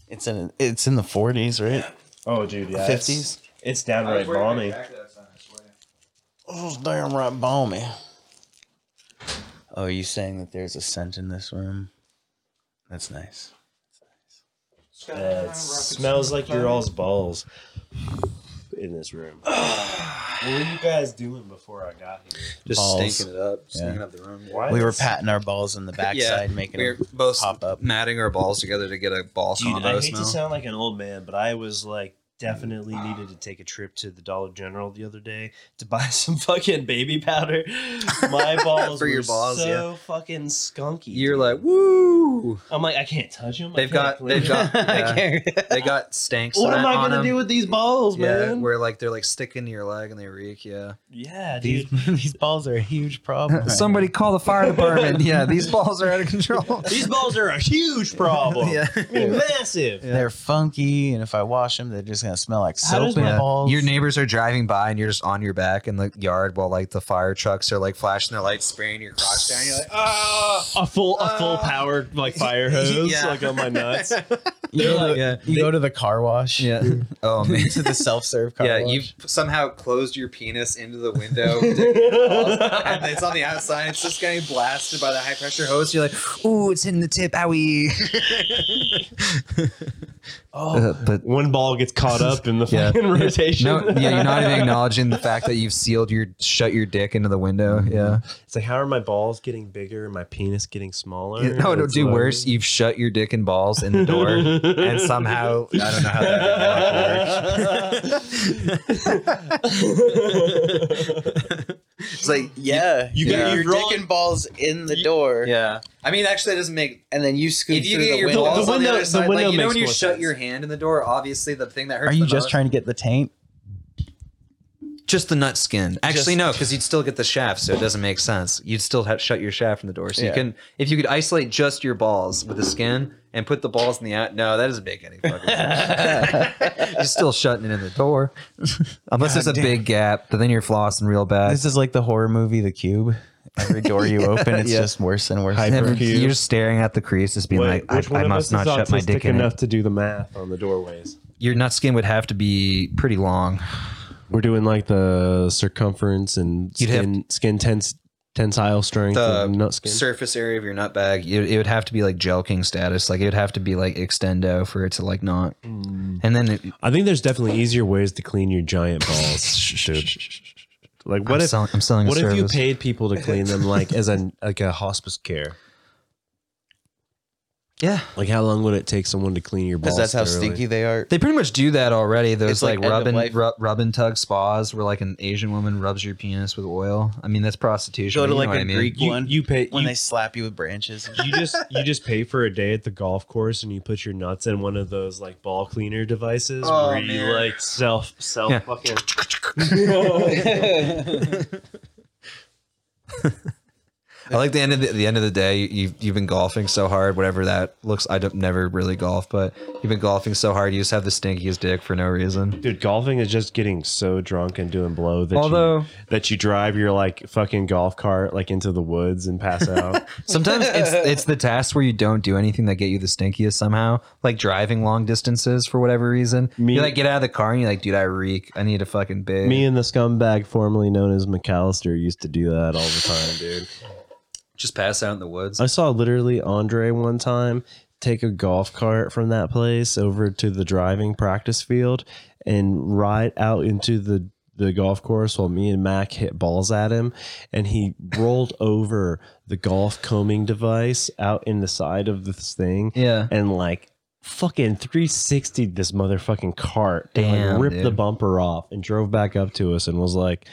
[SPEAKER 1] It's in it's in the forties, right?
[SPEAKER 4] oh dude yeah it's-
[SPEAKER 1] Fifties.
[SPEAKER 4] it's, downright balmy
[SPEAKER 1] Oh, damn right balmy. Oh, are you saying that there's a scent in this room? That's nice.
[SPEAKER 4] Uh, it smells like your all's balls in this room. what were you guys doing before I got here?
[SPEAKER 2] Just
[SPEAKER 1] Balls.
[SPEAKER 2] stinking it up,
[SPEAKER 1] Yeah.
[SPEAKER 2] stinking up the room.
[SPEAKER 4] Why
[SPEAKER 1] We were
[SPEAKER 4] does-
[SPEAKER 1] patting our balls on the backside, making
[SPEAKER 2] we
[SPEAKER 1] it.
[SPEAKER 2] were both
[SPEAKER 1] pop up.
[SPEAKER 2] matting our balls together to get a ball
[SPEAKER 4] Dude,
[SPEAKER 2] combo
[SPEAKER 4] I hate
[SPEAKER 2] smell.
[SPEAKER 4] to sound like an old man, but I was like definitely needed to take a trip to the Dollar General the other day to buy some fucking baby powder. My balls
[SPEAKER 2] For
[SPEAKER 4] were
[SPEAKER 2] your balls,
[SPEAKER 4] so
[SPEAKER 2] yeah.
[SPEAKER 4] fucking skunky.
[SPEAKER 2] You're like, woo!
[SPEAKER 4] I'm like, I can't touch them.
[SPEAKER 2] They've got- they've got-
[SPEAKER 1] I can't.
[SPEAKER 2] They got stank
[SPEAKER 4] What am
[SPEAKER 2] cement
[SPEAKER 4] I
[SPEAKER 2] on
[SPEAKER 4] gonna
[SPEAKER 2] them.
[SPEAKER 4] do with these balls,
[SPEAKER 2] yeah,
[SPEAKER 4] man?
[SPEAKER 2] where like they're like sticking to your leg and they reek. Yeah.
[SPEAKER 4] Yeah,
[SPEAKER 1] These,
[SPEAKER 4] dude.
[SPEAKER 1] these balls are a huge problem. right
[SPEAKER 2] call the fire department. yeah, these balls are out of control.
[SPEAKER 4] These balls are a huge problem.
[SPEAKER 2] yeah.
[SPEAKER 4] I mean, massive.
[SPEAKER 1] now. they're funky, and if I wash them, they're just gonna smell like
[SPEAKER 4] How does
[SPEAKER 1] soap and
[SPEAKER 4] my-
[SPEAKER 1] balls.
[SPEAKER 2] Your neighbors are driving by and you're just on your back in the yard while like the fire trucks are like flashing their lights, spraying your crotch down. You're like, ah.
[SPEAKER 4] A full, a full power like fire hose,
[SPEAKER 2] Yeah.
[SPEAKER 4] like on my nuts.
[SPEAKER 1] you, go to,
[SPEAKER 2] yeah.
[SPEAKER 1] you go to the car wash.
[SPEAKER 2] Oh man.
[SPEAKER 1] to the self serve car
[SPEAKER 2] Yeah,
[SPEAKER 1] wash.
[SPEAKER 2] you've somehow closed your penis into the window, and it's on the outside. It's just getting blasted by the high pressure hose. You're like, ooh, it's hitting the tip, owie.
[SPEAKER 4] Oh,
[SPEAKER 2] Uh, but
[SPEAKER 4] one ball gets caught up in the
[SPEAKER 2] Yeah.
[SPEAKER 4] fucking rotation.
[SPEAKER 2] No, yeah, you're not even acknowledging the fact that you've sealed your shut your dick into the window. Yeah.
[SPEAKER 4] It's like, how are my balls getting bigger and my penis getting smaller?
[SPEAKER 2] No, no,
[SPEAKER 4] It's
[SPEAKER 2] do
[SPEAKER 4] like-
[SPEAKER 2] worse. You've shut your dick and balls in the door, and somehow I don't know how that works. It's like,
[SPEAKER 1] yeah, you
[SPEAKER 2] got-
[SPEAKER 1] got
[SPEAKER 2] you're
[SPEAKER 1] your dick and balls in the door,
[SPEAKER 2] yeah. I mean, actually, that doesn't make.
[SPEAKER 1] and then you scoop
[SPEAKER 2] If you
[SPEAKER 1] through
[SPEAKER 2] get
[SPEAKER 1] the
[SPEAKER 2] your
[SPEAKER 1] window.
[SPEAKER 2] balls
[SPEAKER 4] The
[SPEAKER 2] on the
[SPEAKER 4] window-
[SPEAKER 2] other
[SPEAKER 4] the
[SPEAKER 2] side, like
[SPEAKER 4] window
[SPEAKER 2] you know
[SPEAKER 4] makes
[SPEAKER 2] when you
[SPEAKER 4] more
[SPEAKER 2] shut
[SPEAKER 4] sense.
[SPEAKER 2] your hand in the door, obviously the thing that hurts.
[SPEAKER 1] Are you
[SPEAKER 2] the
[SPEAKER 1] just
[SPEAKER 2] most-
[SPEAKER 1] trying to get the taint?
[SPEAKER 2] Just the nut skin. Actually, no, because you'd still get the shaft, so it doesn't make sense. You'd still have shut your shaft in the door. So you
[SPEAKER 1] Yeah.
[SPEAKER 2] can, if you could isolate just your balls with the skin and put the balls in the out. No, that doesn't make any fucking sense. you're still shutting it in the door, unless there's a big gap. But then you're flossing real bad.
[SPEAKER 1] This is like the horror movie The Cube. Every door you open, it's just worse and worse.
[SPEAKER 4] Hyper-
[SPEAKER 2] Never-
[SPEAKER 4] Never-
[SPEAKER 2] you're just staring at the crease, just being
[SPEAKER 4] Wait,
[SPEAKER 2] like,
[SPEAKER 4] which
[SPEAKER 2] I,
[SPEAKER 4] one
[SPEAKER 2] I
[SPEAKER 4] of
[SPEAKER 2] must
[SPEAKER 4] us
[SPEAKER 2] not
[SPEAKER 4] is
[SPEAKER 2] shut my
[SPEAKER 4] autistic
[SPEAKER 2] dick in
[SPEAKER 4] enough
[SPEAKER 2] it.
[SPEAKER 4] to do the math on the doorways?
[SPEAKER 2] Your nut skin would have to be pretty long.
[SPEAKER 4] We're doing like the circumference and
[SPEAKER 2] You'd have-
[SPEAKER 4] skin, skin tens, tensile strength
[SPEAKER 2] the
[SPEAKER 4] and nut skin.
[SPEAKER 2] surface area of your nut bag, it, it would have to be like gel king status. Like it would have to be like extendo for it to like not.
[SPEAKER 1] Mm.
[SPEAKER 2] And then it,
[SPEAKER 4] I think there's definitely easier ways to clean your giant balls, dude. Like what
[SPEAKER 2] I'm,
[SPEAKER 4] if
[SPEAKER 2] selling, I'm selling.
[SPEAKER 4] what
[SPEAKER 2] a
[SPEAKER 4] if you
[SPEAKER 2] service.
[SPEAKER 4] paid people to clean them like as a like a hospice care?
[SPEAKER 2] Yeah,
[SPEAKER 4] Like how long would it take someone to clean your balls?
[SPEAKER 1] Because that's how
[SPEAKER 4] thoroughly?
[SPEAKER 1] stinky they are.
[SPEAKER 2] they pretty much do that already. Those
[SPEAKER 1] It's like end
[SPEAKER 2] like,
[SPEAKER 1] of
[SPEAKER 2] rub and
[SPEAKER 1] life.
[SPEAKER 2] rub, rub and tug spas, where like an Asian woman rubs your penis with oil. I mean, that's prostitution.
[SPEAKER 1] Go to
[SPEAKER 2] you know
[SPEAKER 1] like
[SPEAKER 2] what
[SPEAKER 1] a
[SPEAKER 2] I mean?
[SPEAKER 1] Greek
[SPEAKER 4] You,
[SPEAKER 1] one
[SPEAKER 4] you pay
[SPEAKER 1] when
[SPEAKER 4] you-
[SPEAKER 1] they slap you with branches.
[SPEAKER 4] you just you just pay for a day at the golf course and you put your nuts in one of those like ball cleaner devices
[SPEAKER 2] Oh,
[SPEAKER 4] where you
[SPEAKER 2] man.
[SPEAKER 4] like self self
[SPEAKER 2] Yeah.
[SPEAKER 4] fucking
[SPEAKER 2] I like the end of the, the end of the day. You you've been golfing so hard, whatever that looks. I don't never really golf, but you've been golfing so hard, you just have the stinkiest dick for no reason.
[SPEAKER 4] dude golfing is just getting so drunk and doing blow that
[SPEAKER 2] Although-
[SPEAKER 4] you, that you drive your like fucking golf cart like into the woods and pass out
[SPEAKER 2] Sometimes it's it's the tasks where you don't do anything that get you the stinkiest somehow, like driving long distances for whatever reason.
[SPEAKER 4] Me-
[SPEAKER 2] you like get out of the car and you're like, dude, I reek. I need a fucking big.
[SPEAKER 4] me and the scumbag formerly known as McAllister used to do that all the time dude
[SPEAKER 2] just pass out in the woods.
[SPEAKER 4] I saw literally Andre one time take a golf cart from that place over to the driving practice field and ride out into the the golf course while me and Mac hit balls at him and he rolled over the golf combing device out in the side of this thing
[SPEAKER 2] Yeah.
[SPEAKER 4] and like fucking 360 this motherfucking cart and
[SPEAKER 2] Damn,
[SPEAKER 4] like ripped the
[SPEAKER 2] dude.
[SPEAKER 4] bumper off and drove back up to us and was like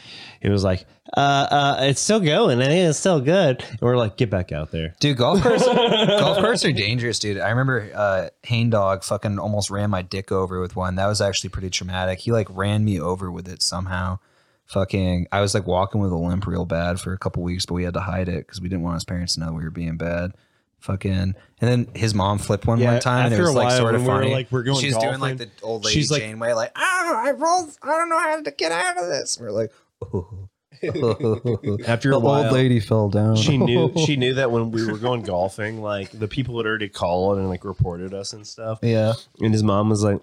[SPEAKER 4] he was like uh uh it's still going I think it's still good and we're like get back out there
[SPEAKER 2] Dude, golf carts, golf carts are dangerous, dude. I remember uh, Hain Dog fucking almost ran my dick over with one. That was actually pretty traumatic. He like ran me over with it somehow. Fucking, I was like walking with a limp real bad for a couple weeks, but we had to hide it because we didn't want his parents to know we were being bad. Fucking, and then his mom flipped one
[SPEAKER 4] Yeah,
[SPEAKER 2] one time, and it
[SPEAKER 4] after
[SPEAKER 2] was
[SPEAKER 4] a
[SPEAKER 2] like
[SPEAKER 4] while,
[SPEAKER 2] sort of
[SPEAKER 4] when we were,
[SPEAKER 2] funny.
[SPEAKER 4] like, we're going
[SPEAKER 2] She's doing like the
[SPEAKER 4] golfing,
[SPEAKER 2] old lady
[SPEAKER 4] she's like-
[SPEAKER 2] Janeway, like, oh, I rolled, I don't know how to get out of this. We're like, oh.
[SPEAKER 4] After
[SPEAKER 2] the
[SPEAKER 4] a
[SPEAKER 2] old
[SPEAKER 4] while-
[SPEAKER 2] lady fell down.
[SPEAKER 4] she knew she knew that when we were going golfing like the people had already called and like reported us and stuff
[SPEAKER 2] yeah.
[SPEAKER 4] and his mom was like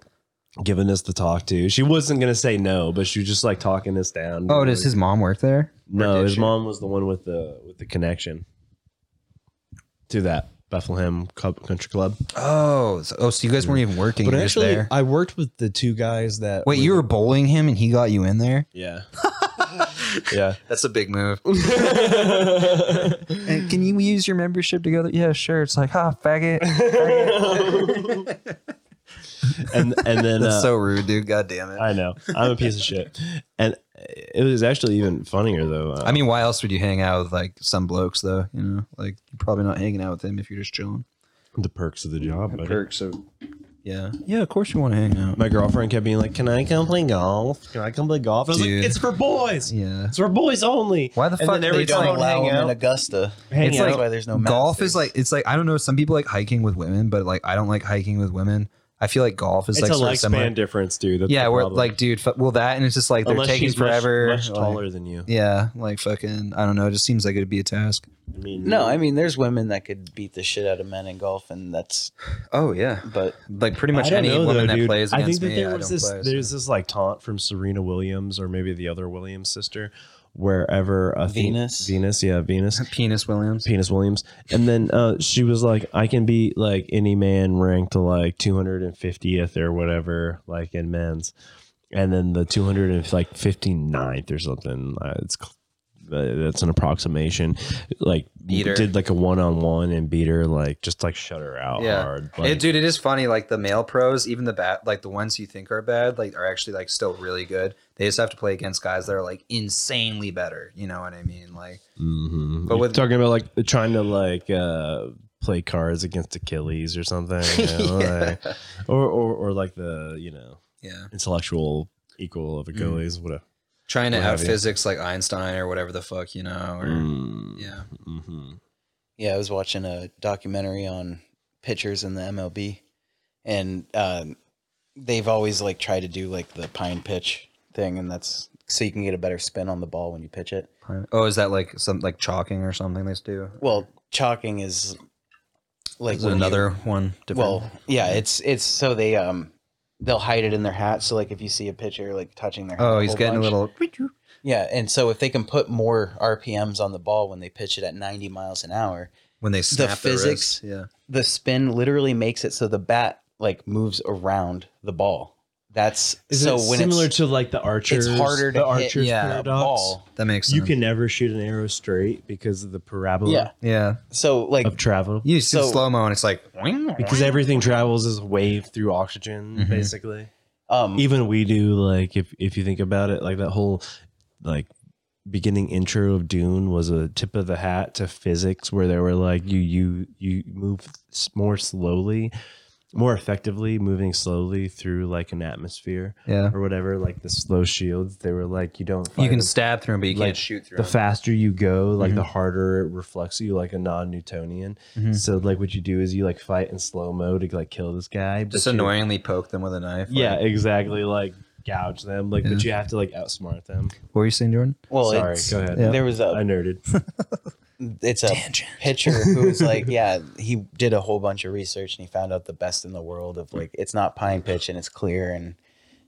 [SPEAKER 4] giving us the talk to she wasn't gonna say no but she was just like talking us down
[SPEAKER 2] Oh, does
[SPEAKER 4] Like,
[SPEAKER 2] his mom work there?
[SPEAKER 4] No, his mom was the one with the with the connection to that. Bethlehem Club, Country Club.
[SPEAKER 2] Oh, so, oh, so you guys weren't even working.
[SPEAKER 5] But
[SPEAKER 2] you were just
[SPEAKER 5] actually,
[SPEAKER 2] there.
[SPEAKER 5] I worked with the two guys that.
[SPEAKER 2] Wait, you were bowling him and he got you in there?
[SPEAKER 4] Yeah. yeah.
[SPEAKER 2] That's a big move. and can you use your membership together? Yeah, sure. It's like, ah, faggot.
[SPEAKER 4] And and then
[SPEAKER 2] That's
[SPEAKER 4] uh,
[SPEAKER 2] so rude, dude. God damn it. I,
[SPEAKER 4] I know. I'm a piece of shit. And it was actually even funnier though. Uh,
[SPEAKER 2] mean, why else would you hang out with like some blokes though? You know, like you're probably not hanging out with them if you're just chilling.
[SPEAKER 4] the perks of the job. buddy.
[SPEAKER 2] So, yeah, yeah. Of course you want to hang out.
[SPEAKER 4] My girlfriend kept being like, "Can I come play golf? Can I come play golf?" And I was
[SPEAKER 2] Dude.
[SPEAKER 4] like, "It's for boys.
[SPEAKER 2] Yeah.
[SPEAKER 4] It's for boys only."
[SPEAKER 2] Why the
[SPEAKER 4] And
[SPEAKER 2] fuck
[SPEAKER 4] then
[SPEAKER 2] they
[SPEAKER 4] every
[SPEAKER 2] don't
[SPEAKER 4] time I'd
[SPEAKER 1] allow
[SPEAKER 4] hang
[SPEAKER 1] them in
[SPEAKER 4] out-
[SPEAKER 1] Augusta.
[SPEAKER 4] hang
[SPEAKER 2] It's
[SPEAKER 4] out-
[SPEAKER 1] That's
[SPEAKER 2] like
[SPEAKER 1] why there's no
[SPEAKER 2] golf
[SPEAKER 1] masters.
[SPEAKER 2] is like it's like I don't know. Some people like hiking with women, but like I don't like hiking with women. I feel like golf is
[SPEAKER 4] it's
[SPEAKER 2] like
[SPEAKER 4] a
[SPEAKER 2] sort
[SPEAKER 4] lifespan
[SPEAKER 2] of similar.
[SPEAKER 4] difference, dude. That's
[SPEAKER 2] Yeah,
[SPEAKER 4] the
[SPEAKER 2] we're
[SPEAKER 4] problem.
[SPEAKER 2] like, dude, fu- well, that and it's just like they're
[SPEAKER 4] Unless
[SPEAKER 2] taking
[SPEAKER 4] she's much-
[SPEAKER 2] forever.
[SPEAKER 4] Much,
[SPEAKER 2] like-
[SPEAKER 4] taller than you.
[SPEAKER 2] Yeah, like fucking, I don't know. It just seems like it'd be a task.
[SPEAKER 4] I mean,
[SPEAKER 1] No, I mean there's women that could beat the shit out of men in golf, and that's
[SPEAKER 2] Oh yeah,
[SPEAKER 1] but
[SPEAKER 2] like pretty much
[SPEAKER 4] I don't
[SPEAKER 2] any
[SPEAKER 4] know,
[SPEAKER 2] woman
[SPEAKER 4] though,
[SPEAKER 2] that
[SPEAKER 4] dude.
[SPEAKER 2] plays
[SPEAKER 4] I
[SPEAKER 2] against
[SPEAKER 4] think that
[SPEAKER 2] me,
[SPEAKER 4] there
[SPEAKER 2] I
[SPEAKER 4] was
[SPEAKER 2] don't
[SPEAKER 4] this.
[SPEAKER 2] play, so-
[SPEAKER 4] There's this like taunt from Serena Williams or maybe the other Williams sister, wherever uh,
[SPEAKER 1] Venus?
[SPEAKER 4] Venus, yeah, Venus.
[SPEAKER 2] penis Williams.
[SPEAKER 4] Penis Williams, and then uh, she was like, "I can beat like any man ranked to like 250th or whatever, like in men's." And then the 200 and like 59th or something. Uh, it's cl- uh, that's an approximation. Like
[SPEAKER 2] Beat her.
[SPEAKER 4] did like a one on one and beat her like just like shut her out
[SPEAKER 2] Yeah,
[SPEAKER 4] hard.
[SPEAKER 2] It-
[SPEAKER 4] Like,
[SPEAKER 2] dude, it is funny. Like the male pros, even the bad, like the ones you think are bad, like are actually like still really good. They just have to play against guys that are like insanely better. You know what I mean? Like,
[SPEAKER 4] hmm
[SPEAKER 2] But
[SPEAKER 4] But
[SPEAKER 2] with-
[SPEAKER 4] with talking about like trying to like uh play cards against Achilles or something, you know, like- or, or or like the you know
[SPEAKER 2] yeah,
[SPEAKER 4] intellectual equal of Achilles, whatever.
[SPEAKER 2] trying to
[SPEAKER 4] What
[SPEAKER 2] out
[SPEAKER 4] have you.
[SPEAKER 2] physics like Einstein or whatever the fuck you know. Or,
[SPEAKER 1] Mm.
[SPEAKER 2] Yeah,
[SPEAKER 4] Mm-hmm.
[SPEAKER 1] yeah, I was watching a documentary on pitchers in the MLB, and um, they've always like tried to do like the pine pitch thing, and that's so you can get a better spin on the ball when you pitch it.
[SPEAKER 4] Mm.
[SPEAKER 2] oh, is that like some like chalking or something they do?
[SPEAKER 1] Well, chalking is like
[SPEAKER 2] Is
[SPEAKER 1] when you-
[SPEAKER 2] another one. Different?
[SPEAKER 1] Well, yeah, it's it's so they um they'll hide it in their hat. So like if you see a pitcher like touching their hat
[SPEAKER 2] oh, he's
[SPEAKER 1] whole
[SPEAKER 2] getting
[SPEAKER 1] bunch-
[SPEAKER 2] a little.
[SPEAKER 1] yeah, and so if they can put more RPMs on the ball when they pitch it at 90 miles an hour,
[SPEAKER 2] when they snap their
[SPEAKER 1] physics-
[SPEAKER 2] wrists. Yeah.
[SPEAKER 1] the spin literally makes it so the bat like moves around the ball. That's
[SPEAKER 4] Is
[SPEAKER 1] so
[SPEAKER 4] it
[SPEAKER 1] when
[SPEAKER 4] similar
[SPEAKER 1] it's,
[SPEAKER 4] to like the archers?
[SPEAKER 1] it's harder to
[SPEAKER 4] the
[SPEAKER 1] hit
[SPEAKER 4] archers
[SPEAKER 1] yeah, a
[SPEAKER 4] paradox.
[SPEAKER 1] ball.
[SPEAKER 2] That makes sense.
[SPEAKER 4] You can never shoot an arrow straight because of the parabola
[SPEAKER 1] Yeah.
[SPEAKER 2] yeah.
[SPEAKER 1] So like
[SPEAKER 4] of travel.
[SPEAKER 2] You see
[SPEAKER 1] So-
[SPEAKER 2] slow mo and it's like
[SPEAKER 4] Because everything travels as a wave through oxygen,
[SPEAKER 1] Mm-hmm.
[SPEAKER 2] Mhm.
[SPEAKER 4] basically.
[SPEAKER 1] um
[SPEAKER 4] even we do like if if you think about it like that whole like beginning intro of dune was a tip of the hat to physics where they were like you you you move s- more slowly more effectively moving slowly through like an atmosphere
[SPEAKER 2] yeah.
[SPEAKER 4] or whatever like the slow shields they were like you don't
[SPEAKER 2] You
[SPEAKER 4] fire
[SPEAKER 2] can
[SPEAKER 4] the- Mm-hmm.
[SPEAKER 2] stab through him, but you
[SPEAKER 4] like,
[SPEAKER 2] can't shoot through
[SPEAKER 4] the
[SPEAKER 2] him.
[SPEAKER 4] faster you go like
[SPEAKER 2] Mhm.
[SPEAKER 4] the harder it reflects you like a non-newtonian
[SPEAKER 2] Mhm.
[SPEAKER 4] so like what you do is you like fight in slow mo to like kill this guy
[SPEAKER 2] Just
[SPEAKER 4] but you-
[SPEAKER 2] annoyingly poke them with a knife.
[SPEAKER 4] yeah,
[SPEAKER 2] Like,
[SPEAKER 4] exactly. Like gouge them, like,
[SPEAKER 2] Yeah.
[SPEAKER 4] but you have to like outsmart them.
[SPEAKER 2] what were you saying, Jordan?
[SPEAKER 1] well
[SPEAKER 4] Sorry,
[SPEAKER 1] it's,
[SPEAKER 4] go ahead.
[SPEAKER 2] Yeah.
[SPEAKER 1] there was a
[SPEAKER 4] I nerded.
[SPEAKER 1] it's a pitcher who was like, yeah, he did a whole bunch of research and he found out the best in the world of like it's not pine pitch and it's clear and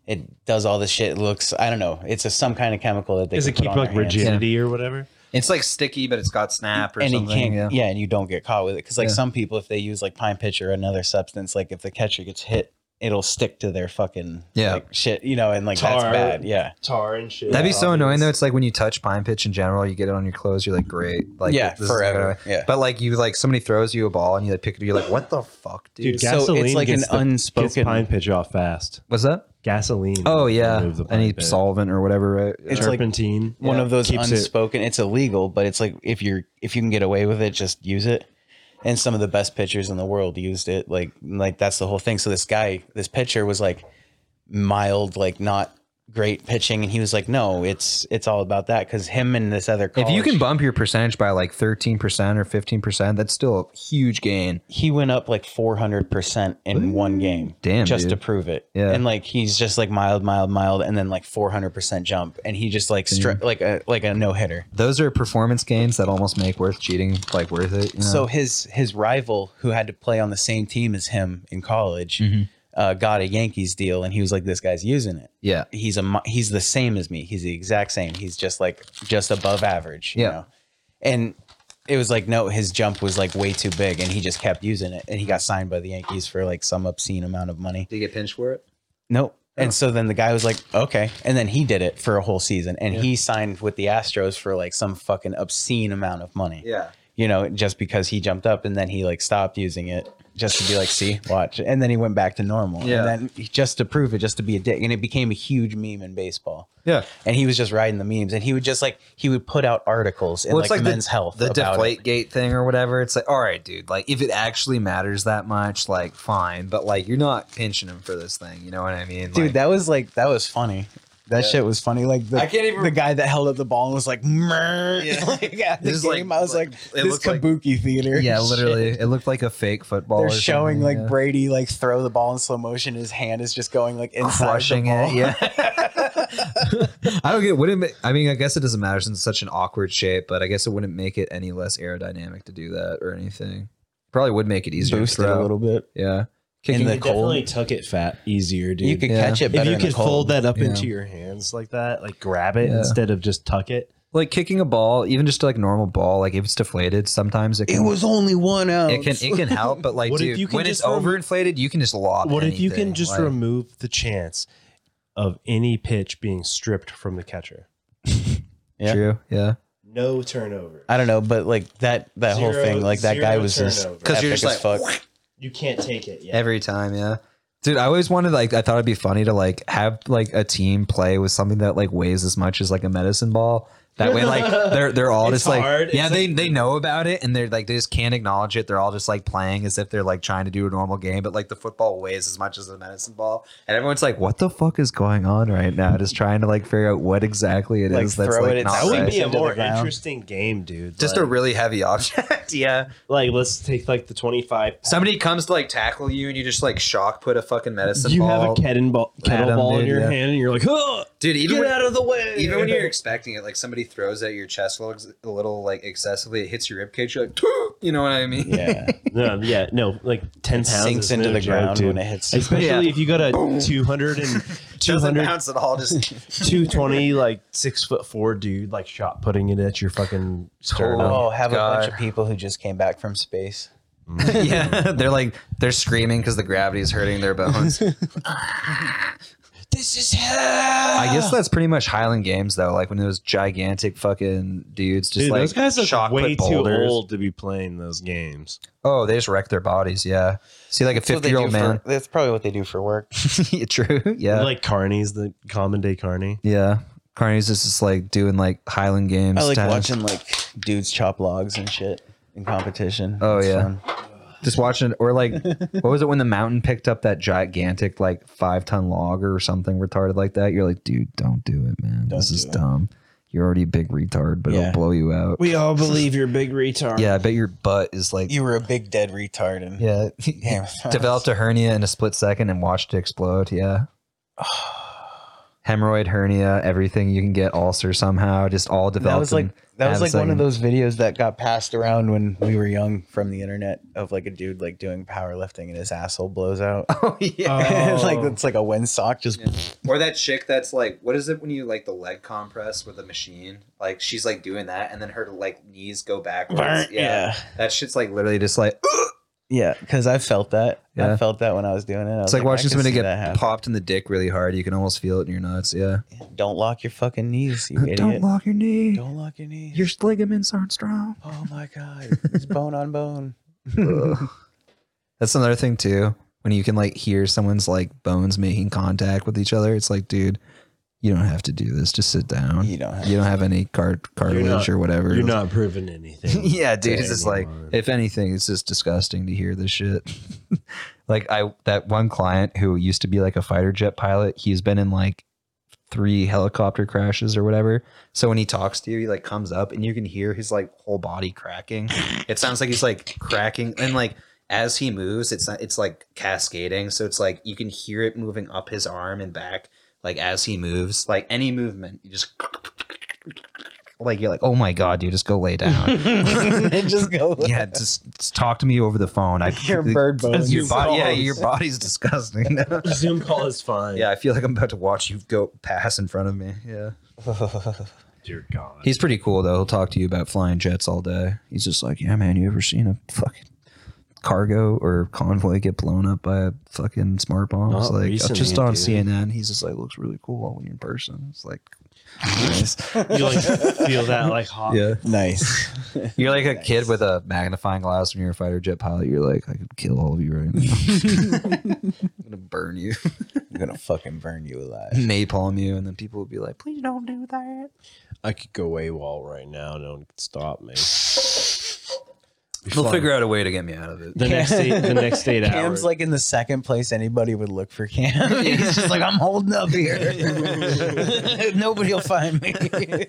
[SPEAKER 1] it does all this shit. It looks, I don't know, it's a, some kind of chemical that they
[SPEAKER 4] Does
[SPEAKER 1] can
[SPEAKER 4] it keep
[SPEAKER 1] put on
[SPEAKER 4] like
[SPEAKER 1] their hands.
[SPEAKER 4] rigidity or whatever?
[SPEAKER 2] It's like sticky, but it's got snap or
[SPEAKER 1] And you
[SPEAKER 2] something.
[SPEAKER 1] can't, yeah.
[SPEAKER 2] yeah.
[SPEAKER 1] and you don't get caught with it because like
[SPEAKER 2] Yeah.
[SPEAKER 1] some people, if they use like pine pitch or another substance, like if the catcher gets hit, it'll stick to their fucking
[SPEAKER 2] Yeah.
[SPEAKER 1] like, shit, you know, and like
[SPEAKER 4] Tar.
[SPEAKER 1] that's bad. Yeah,
[SPEAKER 4] Tar and shit.
[SPEAKER 2] That'd be so annoying though. It's like when you touch pine pitch in general, you get it on your clothes. You're like, great, like
[SPEAKER 1] yeah,
[SPEAKER 2] this is
[SPEAKER 1] forever.
[SPEAKER 2] gonna-
[SPEAKER 1] Yeah.
[SPEAKER 2] But like you, like somebody throws you a ball and you like pick it. You're like, what the fuck, dude?
[SPEAKER 4] Dude,
[SPEAKER 1] So
[SPEAKER 4] gasoline
[SPEAKER 1] it's like
[SPEAKER 4] gets
[SPEAKER 1] an
[SPEAKER 4] the- Gets
[SPEAKER 1] unspoken.
[SPEAKER 4] pine pitch off fast.
[SPEAKER 2] What's that?
[SPEAKER 4] Gasoline.
[SPEAKER 2] Oh yeah,
[SPEAKER 4] Remove the pine
[SPEAKER 2] any
[SPEAKER 4] pitch.
[SPEAKER 2] solvent or whatever, right?
[SPEAKER 1] It's like-
[SPEAKER 4] Turpentine.
[SPEAKER 1] one
[SPEAKER 2] Yeah,
[SPEAKER 1] of those
[SPEAKER 4] keeps it-
[SPEAKER 1] unspoken. It's illegal, but it's like if you're if you can get away with it, just use it. And some of the best pitchers in the world used it. Like like that's the whole thing. So this guy, this pitcher was like mild, like not great pitching, and he was like, no, it's it's all about that because him and this other
[SPEAKER 2] if
[SPEAKER 1] college,
[SPEAKER 2] you can bump your percentage by like thirteen percent or fifteen percent, that's still a huge gain.
[SPEAKER 1] he went up like four hundred percent in one game,
[SPEAKER 2] damn,
[SPEAKER 1] just to
[SPEAKER 2] dude.
[SPEAKER 1] prove it.
[SPEAKER 2] Yeah.
[SPEAKER 1] and like he's just like mild, mild, mild, and then like four hundred percent jump, and he just like stri- like a like a no hitter.
[SPEAKER 2] Those are performance gains that almost make worth cheating like worth it. you know?
[SPEAKER 1] So his his rival, who had to play on the same team as him in college, uh, got a Yankees deal, and he was like, "This guy's using it.
[SPEAKER 2] yeah,
[SPEAKER 1] He's a mi- he's the same as me. He's the exact same. He's just like just above average.
[SPEAKER 2] Yeah.
[SPEAKER 1] You know? And it was like no, his jump was like way too big, and he just kept using it, and he got signed by the Yankees for like some obscene amount of money.
[SPEAKER 2] Did you get pinched for it?
[SPEAKER 1] Nope. And so then the guy was like, okay. And then he did it for a whole season, and he signed with the Astros for like some fucking obscene amount of money.
[SPEAKER 2] Yeah.
[SPEAKER 1] You know, just because he jumped up, and then he like stopped using it just to be like, see, watch, and then he went back to normal.
[SPEAKER 2] Yeah.
[SPEAKER 1] And then just to prove it, just to be a dick, and it became a huge meme in baseball.
[SPEAKER 2] Yeah.
[SPEAKER 1] and he was just riding the memes and he would just like he would put out articles in
[SPEAKER 2] Well,
[SPEAKER 1] like,
[SPEAKER 2] it's like the-
[SPEAKER 1] men's health
[SPEAKER 2] The
[SPEAKER 1] about
[SPEAKER 2] deflate gate thing or whatever. It's like, all right, dude, like if it actually matters that much, like fine. But like you're not pinching him for this thing. You know what I mean?
[SPEAKER 1] it. dude
[SPEAKER 2] Like,
[SPEAKER 1] that was like that was funny that shit was funny like the,
[SPEAKER 2] I can't even-
[SPEAKER 1] the guy that held up the ball and was like "Mer," like, at the
[SPEAKER 2] This is like-
[SPEAKER 1] game I was like,
[SPEAKER 2] it
[SPEAKER 1] this
[SPEAKER 2] looks like-
[SPEAKER 1] kabuki theater
[SPEAKER 2] Yeah,
[SPEAKER 1] shit.
[SPEAKER 2] literally. It looked like a fake football.
[SPEAKER 1] they're
[SPEAKER 2] or
[SPEAKER 1] showing
[SPEAKER 2] something,
[SPEAKER 1] like
[SPEAKER 2] yeah.
[SPEAKER 1] Brady like throw the ball in slow motion his hand is just going like inside
[SPEAKER 2] crushing
[SPEAKER 1] the ball.
[SPEAKER 2] it. Yeah. I don't get. Wouldn't it, I mean? I guess it doesn't matter since it's such an awkward shape, but I guess it wouldn't make it any less aerodynamic to do that or anything. Probably would make it easier.
[SPEAKER 1] Boost
[SPEAKER 2] to
[SPEAKER 1] it a
[SPEAKER 2] throw.
[SPEAKER 1] little bit
[SPEAKER 2] Yeah.
[SPEAKER 1] in
[SPEAKER 2] Kicking
[SPEAKER 1] the
[SPEAKER 4] You
[SPEAKER 1] cold
[SPEAKER 4] definitely tuck it fat easier, dude.
[SPEAKER 1] you could
[SPEAKER 2] Yeah.
[SPEAKER 1] catch it
[SPEAKER 4] if
[SPEAKER 1] better
[SPEAKER 4] you
[SPEAKER 1] in the
[SPEAKER 4] could fold
[SPEAKER 1] cold.
[SPEAKER 4] that up
[SPEAKER 2] Yeah.
[SPEAKER 4] into your hands like that, like grab it
[SPEAKER 2] Yeah.
[SPEAKER 4] instead of just tuck it.
[SPEAKER 2] like kicking a ball, even just like a normal ball, like if it's deflated, sometimes it
[SPEAKER 1] it
[SPEAKER 2] can.
[SPEAKER 1] was only one ounce
[SPEAKER 2] it can it can help, but like
[SPEAKER 4] What if
[SPEAKER 2] dude,
[SPEAKER 4] you can
[SPEAKER 2] when it's
[SPEAKER 4] just rem-
[SPEAKER 2] overinflated, you can just lob.
[SPEAKER 4] What if you can
[SPEAKER 2] anything,
[SPEAKER 4] just
[SPEAKER 2] like-
[SPEAKER 4] remove the chance of any pitch being stripped from the catcher?
[SPEAKER 1] Yeah.
[SPEAKER 2] True, yeah.
[SPEAKER 4] No turnover.
[SPEAKER 1] I don't know but like that that whole
[SPEAKER 4] Zero-
[SPEAKER 1] thing like that
[SPEAKER 4] zero
[SPEAKER 1] guy was just
[SPEAKER 4] turnover.
[SPEAKER 2] 'Cause you're
[SPEAKER 1] epic
[SPEAKER 2] just
[SPEAKER 1] as
[SPEAKER 2] like,
[SPEAKER 1] fuck.
[SPEAKER 4] You can't take it. Yeah.
[SPEAKER 2] Every time, yeah. Dude, I always wanted like I thought it'd be funny to like have like a team play with something that like weighs as much as like a medicine ball. That way, like they're they're all
[SPEAKER 4] It's
[SPEAKER 2] just like
[SPEAKER 4] hard.
[SPEAKER 2] yeah
[SPEAKER 4] It's
[SPEAKER 2] they they know about it and they're like they just can't acknowledge it. They're all just like playing as if they're like trying to do a normal game, but like the football weighs as much as the medicine ball, and everyone's like, "What the fuck is going on right now?" Just trying to like figure out what exactly it is
[SPEAKER 1] Like,
[SPEAKER 2] that's
[SPEAKER 1] throw
[SPEAKER 2] like
[SPEAKER 1] it-
[SPEAKER 2] not
[SPEAKER 1] that
[SPEAKER 4] that
[SPEAKER 1] would
[SPEAKER 4] would
[SPEAKER 2] right.
[SPEAKER 4] be
[SPEAKER 1] Into
[SPEAKER 4] a
[SPEAKER 1] the
[SPEAKER 4] more
[SPEAKER 1] ground.
[SPEAKER 4] interesting game, dude.
[SPEAKER 2] just a
[SPEAKER 4] like,
[SPEAKER 2] really heavy object. yeah,
[SPEAKER 4] like let's take like the twenty five.
[SPEAKER 2] somebody comes to like tackle you, and you just like shock put a fucking medicine.
[SPEAKER 4] You
[SPEAKER 2] ball.
[SPEAKER 4] have a kettlebell,
[SPEAKER 2] Adam,
[SPEAKER 4] kettleball in
[SPEAKER 2] dude,
[SPEAKER 4] your
[SPEAKER 2] yeah.
[SPEAKER 4] hand, and you're like, oh,
[SPEAKER 2] dude. Even
[SPEAKER 4] get
[SPEAKER 2] when-
[SPEAKER 4] out of the way.
[SPEAKER 2] Even when you're expecting it, like somebody throws at your chest a little, a little like excessively, it hits your ribcage, you're like, "Phew," you know what I mean?
[SPEAKER 1] yeah
[SPEAKER 4] no, um, yeah, no, like ten pounds
[SPEAKER 1] sinks
[SPEAKER 4] is
[SPEAKER 1] into
[SPEAKER 4] no
[SPEAKER 1] the
[SPEAKER 4] joke,
[SPEAKER 1] ground
[SPEAKER 4] dude.
[SPEAKER 1] when it hits
[SPEAKER 4] Especially
[SPEAKER 2] Yeah.
[SPEAKER 4] if you got a 200 and
[SPEAKER 2] Doesn't
[SPEAKER 4] 200,
[SPEAKER 2] bounce at all. Just
[SPEAKER 4] 220, like six foot four dude, like shot putting it at your fucking sternum.
[SPEAKER 1] Oh, have a
[SPEAKER 2] God.
[SPEAKER 1] bunch of people who just came back from space.
[SPEAKER 2] yeah, they're like they're screaming because the gravity is hurting their bones.
[SPEAKER 1] This is hell.
[SPEAKER 2] I guess that's pretty much Highland Games though. Like when those gigantic fucking dudes just
[SPEAKER 4] Dude,
[SPEAKER 2] like
[SPEAKER 4] those guys
[SPEAKER 2] shock
[SPEAKER 4] are way
[SPEAKER 2] put
[SPEAKER 4] too
[SPEAKER 2] boulders.
[SPEAKER 4] old to be playing those games.
[SPEAKER 2] Oh, they just wreck their bodies. Yeah, see like a
[SPEAKER 1] That's what
[SPEAKER 2] fifty
[SPEAKER 1] they
[SPEAKER 2] year
[SPEAKER 1] do
[SPEAKER 2] old man.
[SPEAKER 1] for- that's probably what they do for work.
[SPEAKER 2] True. Yeah.
[SPEAKER 4] Like Carney's, the common day Carney.
[SPEAKER 2] yeah. Carney's just, just like doing like Highland Games.
[SPEAKER 1] I like
[SPEAKER 2] type.
[SPEAKER 1] watching like dudes chop logs and shit in competition.
[SPEAKER 2] Oh,
[SPEAKER 1] It's
[SPEAKER 2] yeah.
[SPEAKER 1] fun.
[SPEAKER 2] just watching or like what was it when the mountain picked up that gigantic like five ton log or something retarded like that you're like dude don't do it man this
[SPEAKER 1] do
[SPEAKER 2] is
[SPEAKER 1] it.
[SPEAKER 2] dumb you're already a big retard but
[SPEAKER 1] Yeah.
[SPEAKER 2] it'll blow you out
[SPEAKER 3] We all believe you're a big retard.
[SPEAKER 2] yeah i bet your butt is like
[SPEAKER 1] You were a big dead retard and
[SPEAKER 2] yeah
[SPEAKER 1] Damn.
[SPEAKER 2] developed a hernia in a split second and watched it explode yeah hemorrhoid hernia everything you can get ulcer somehow just all developed
[SPEAKER 1] that was like
[SPEAKER 2] in
[SPEAKER 1] that was
[SPEAKER 2] half a
[SPEAKER 1] like one of
[SPEAKER 2] second.
[SPEAKER 1] those videos that got passed around when we were young from the internet of like a dude like doing powerlifting and his asshole blows out.
[SPEAKER 2] oh yeah
[SPEAKER 4] Oh.
[SPEAKER 1] like it's like a wind sock just
[SPEAKER 2] Or that chick that's like, what is it when you like the leg compress with a machine? Like she's like doing that, and then her like knees go backwards.
[SPEAKER 1] yeah.
[SPEAKER 2] that shit's like literally just like
[SPEAKER 1] Yeah, because I felt that.
[SPEAKER 2] Yeah.
[SPEAKER 1] I felt that when I was doing it. I
[SPEAKER 2] it's
[SPEAKER 1] was
[SPEAKER 2] like,
[SPEAKER 1] I
[SPEAKER 2] watch
[SPEAKER 1] can
[SPEAKER 2] somebody
[SPEAKER 1] see that
[SPEAKER 2] get
[SPEAKER 1] happen.
[SPEAKER 2] popped in the dick really hard. You can almost feel it in your nuts. Yeah,
[SPEAKER 1] Don't lock your fucking knees, you idiot.
[SPEAKER 2] don't lock your knee.
[SPEAKER 1] Don't lock your knees.
[SPEAKER 2] Your ligaments aren't strong.
[SPEAKER 1] oh my god, it's bone on bone.
[SPEAKER 2] Ugh. that's another thing too. When you can like hear someone's like bones making contact with each other, it's like, dude, you don't have to do this. Just sit down.
[SPEAKER 1] You don't have
[SPEAKER 2] you don't have any cart cartilage
[SPEAKER 4] not-
[SPEAKER 2] or whatever.
[SPEAKER 4] You're not proving anything.
[SPEAKER 2] yeah,
[SPEAKER 4] to
[SPEAKER 2] dude. It's just like,
[SPEAKER 4] anyone.
[SPEAKER 2] if anything, it's just disgusting to hear this shit. like I, that one client who used to be like a fighter jet pilot, he's been in like three helicopter crashes or whatever. So when he talks to you, he like comes up and you can hear his like whole body cracking. It sounds like he's like cracking and like as he moves, it's not, it's like cascading. So it's like you can hear it moving up his arm and back, like as he moves, like any movement, you just like you're like, oh my god, dude, just go lay down.
[SPEAKER 1] just go.
[SPEAKER 2] yeah, just, just talk to me over the phone. I
[SPEAKER 1] Your bird bones.
[SPEAKER 2] your body, yeah, your body's disgusting.
[SPEAKER 4] Zoom call is fine.
[SPEAKER 2] yeah, I feel like I'm about to watch you go pass in front of me. Yeah.
[SPEAKER 4] Dear God.
[SPEAKER 2] He's pretty cool though. He'll talk to you about flying jets all day. He's just like, yeah, man. You ever seen a fucking cargo or convoy get blown up by a fucking smart bomb? It's
[SPEAKER 4] Not
[SPEAKER 2] like
[SPEAKER 4] recently,
[SPEAKER 2] just on
[SPEAKER 4] dude.
[SPEAKER 2] CNN. He's just like, looks really cool when you're in person. It's like,
[SPEAKER 4] You like feel that like hot.
[SPEAKER 2] yeah.
[SPEAKER 5] Nice.
[SPEAKER 2] You're like a kid with a magnifying glass when you're a fighter jet pilot. You're like, I could kill all of you right now. I'm gonna burn you,
[SPEAKER 1] I'm gonna fucking burn you alive.
[SPEAKER 2] napalm you, and then people would be like, please don't do that.
[SPEAKER 4] I could go AWOL right now. No one could stop me.
[SPEAKER 2] They'll figure out a way to get me out of it.
[SPEAKER 4] The next eight, the next eight
[SPEAKER 1] Cam's
[SPEAKER 4] hours.
[SPEAKER 1] like in the second place anybody would look for Cam. He's just like, I'm holding up here. Nobody will find me.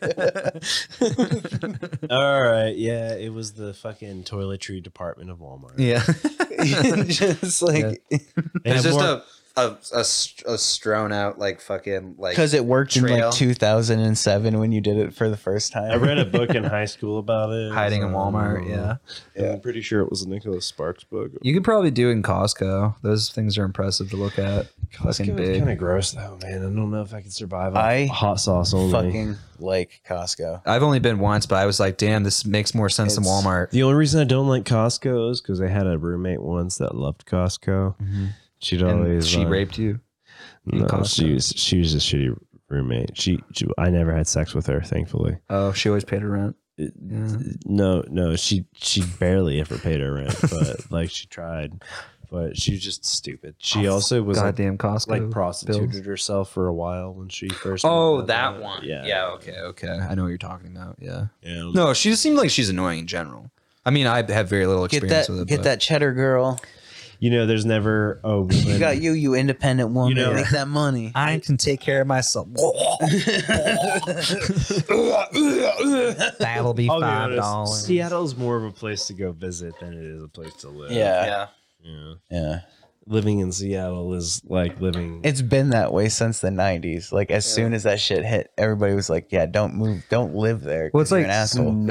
[SPEAKER 4] All right, yeah, it was the fucking toiletry department of Walmart.
[SPEAKER 2] Yeah,
[SPEAKER 1] just like
[SPEAKER 4] They have more-
[SPEAKER 2] a, a a strewn out like fucking like
[SPEAKER 1] because it worked in
[SPEAKER 2] Trail.
[SPEAKER 1] like 2007 when you did it for the first time.
[SPEAKER 4] I read a book in high school about it. uh,
[SPEAKER 2] hiding in
[SPEAKER 4] Mm.
[SPEAKER 2] Walmart. Yeah,
[SPEAKER 1] Yeah.
[SPEAKER 4] I'm pretty sure it was a Nicholas Sparks book.
[SPEAKER 2] you could probably do it in Costco. Those things are impressive to look at. Fucking big.
[SPEAKER 4] kind of gross though, man. I don't know if I could survive.
[SPEAKER 1] off
[SPEAKER 4] I
[SPEAKER 1] I
[SPEAKER 4] hot sauce only.
[SPEAKER 1] fucking like Costco.
[SPEAKER 2] I've only been once, but I was like, damn, this makes more sense than
[SPEAKER 1] It's-
[SPEAKER 2] Walmart.
[SPEAKER 4] the only reason I don't like Costco is because I had a roommate once that loved Costco. She'd
[SPEAKER 2] And
[SPEAKER 4] always
[SPEAKER 2] she
[SPEAKER 4] like-
[SPEAKER 2] raped you. in
[SPEAKER 4] No, she
[SPEAKER 2] Costco.
[SPEAKER 4] was she was a shitty roommate. She, she I never had sex with her, thankfully.
[SPEAKER 2] Oh, she always paid her rent. Yeah.
[SPEAKER 4] No, no, she she barely ever paid her rent, but like she tried, but she was just stupid. She also was like,
[SPEAKER 2] Oh, Goddamn Costco.
[SPEAKER 4] like prostituted
[SPEAKER 2] bills.
[SPEAKER 4] herself for a while when she first.
[SPEAKER 2] Oh,
[SPEAKER 4] moved out.
[SPEAKER 2] that one.
[SPEAKER 4] Yeah.
[SPEAKER 2] Yeah. Okay. Okay. I know what you're talking about. Yeah.
[SPEAKER 4] Yeah.
[SPEAKER 2] No, she just seems like she's annoying in general. I mean, I have very little
[SPEAKER 1] Get
[SPEAKER 2] experience
[SPEAKER 1] that,
[SPEAKER 2] with it.
[SPEAKER 1] get
[SPEAKER 2] but-
[SPEAKER 1] that cheddar girl.
[SPEAKER 4] You know, there's never a woman.
[SPEAKER 1] You got you, you independent woman.
[SPEAKER 4] know-
[SPEAKER 1] Make that money.
[SPEAKER 2] I can take care of myself. That'll be
[SPEAKER 4] I'll be honest, Seattle's more of a place to go visit than it is a place to live.
[SPEAKER 1] Yeah,
[SPEAKER 2] Yeah.
[SPEAKER 4] Yeah.
[SPEAKER 1] yeah.
[SPEAKER 4] Living in Seattle is like living.
[SPEAKER 1] It's been that way since the '90s. Like as soon as that shit hit, everybody was like, "Yeah, don't move, don't live there."
[SPEAKER 2] Well,
[SPEAKER 1] 'cause
[SPEAKER 2] it's
[SPEAKER 1] you're
[SPEAKER 2] like
[SPEAKER 1] an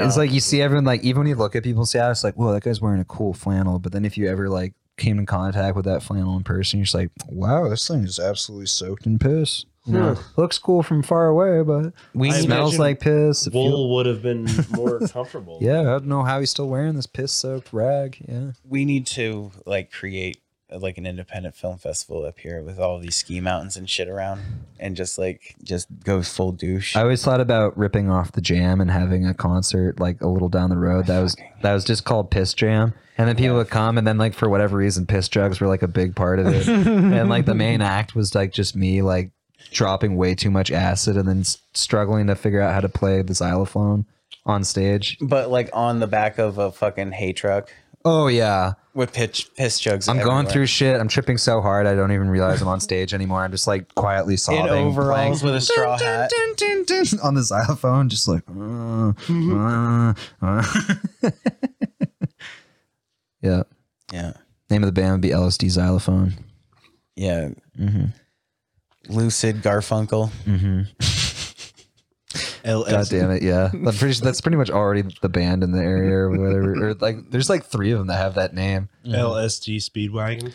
[SPEAKER 1] asshole.
[SPEAKER 2] it's like you see everyone like even when you look at people in Seattle, it's like, whoa, that guy's wearing a cool flannel. But then if you ever like came in contact with that flannel in person, you're just like, wow, this thing is absolutely soaked in piss. You know, looks cool from far away, but
[SPEAKER 1] we
[SPEAKER 4] I
[SPEAKER 2] it
[SPEAKER 1] need
[SPEAKER 2] smells
[SPEAKER 4] imagine
[SPEAKER 2] like piss. It feels-
[SPEAKER 4] wool would have been more comfortable.
[SPEAKER 2] yeah, I don't know how he's still wearing this piss soaked rag. Yeah.
[SPEAKER 1] we need to like create uh, like an independent film festival up here with all these ski mountains and shit around, and just like just go full douche.
[SPEAKER 2] I always thought about ripping off the jam and having a concert like a little down the road that was that was just called Piss Jam. And then people would come and then like for whatever reason piss drugs were like a big part of it. and like the main act was like just me like dropping way too much acid and then s- struggling to figure out how to play the xylophone on stage.
[SPEAKER 1] but like on the back of a fucking hay truck
[SPEAKER 2] Oh yeah.
[SPEAKER 1] with pitch piss jugs.
[SPEAKER 2] I'm going
[SPEAKER 1] everywhere.
[SPEAKER 2] through shit. I'm tripping so hard I don't even realize I'm on stage anymore. I'm just like quietly sobbing, playing
[SPEAKER 1] overalls with a straw hat.
[SPEAKER 2] dun, dun, dun, dun, on the xylophone, just like. uh, uh, uh. yeah.
[SPEAKER 1] Yeah,
[SPEAKER 2] Name of the band would be LSD Xylophone.
[SPEAKER 1] yeah.
[SPEAKER 2] Mm-hmm.
[SPEAKER 1] Lucid Garfunkel.
[SPEAKER 4] Mm-hmm.
[SPEAKER 2] God damn it, yeah. I'm pretty sure that's pretty much already the band in the area or whatever. Or like, there's like three of them that have that name.
[SPEAKER 4] LSG Speedwagon.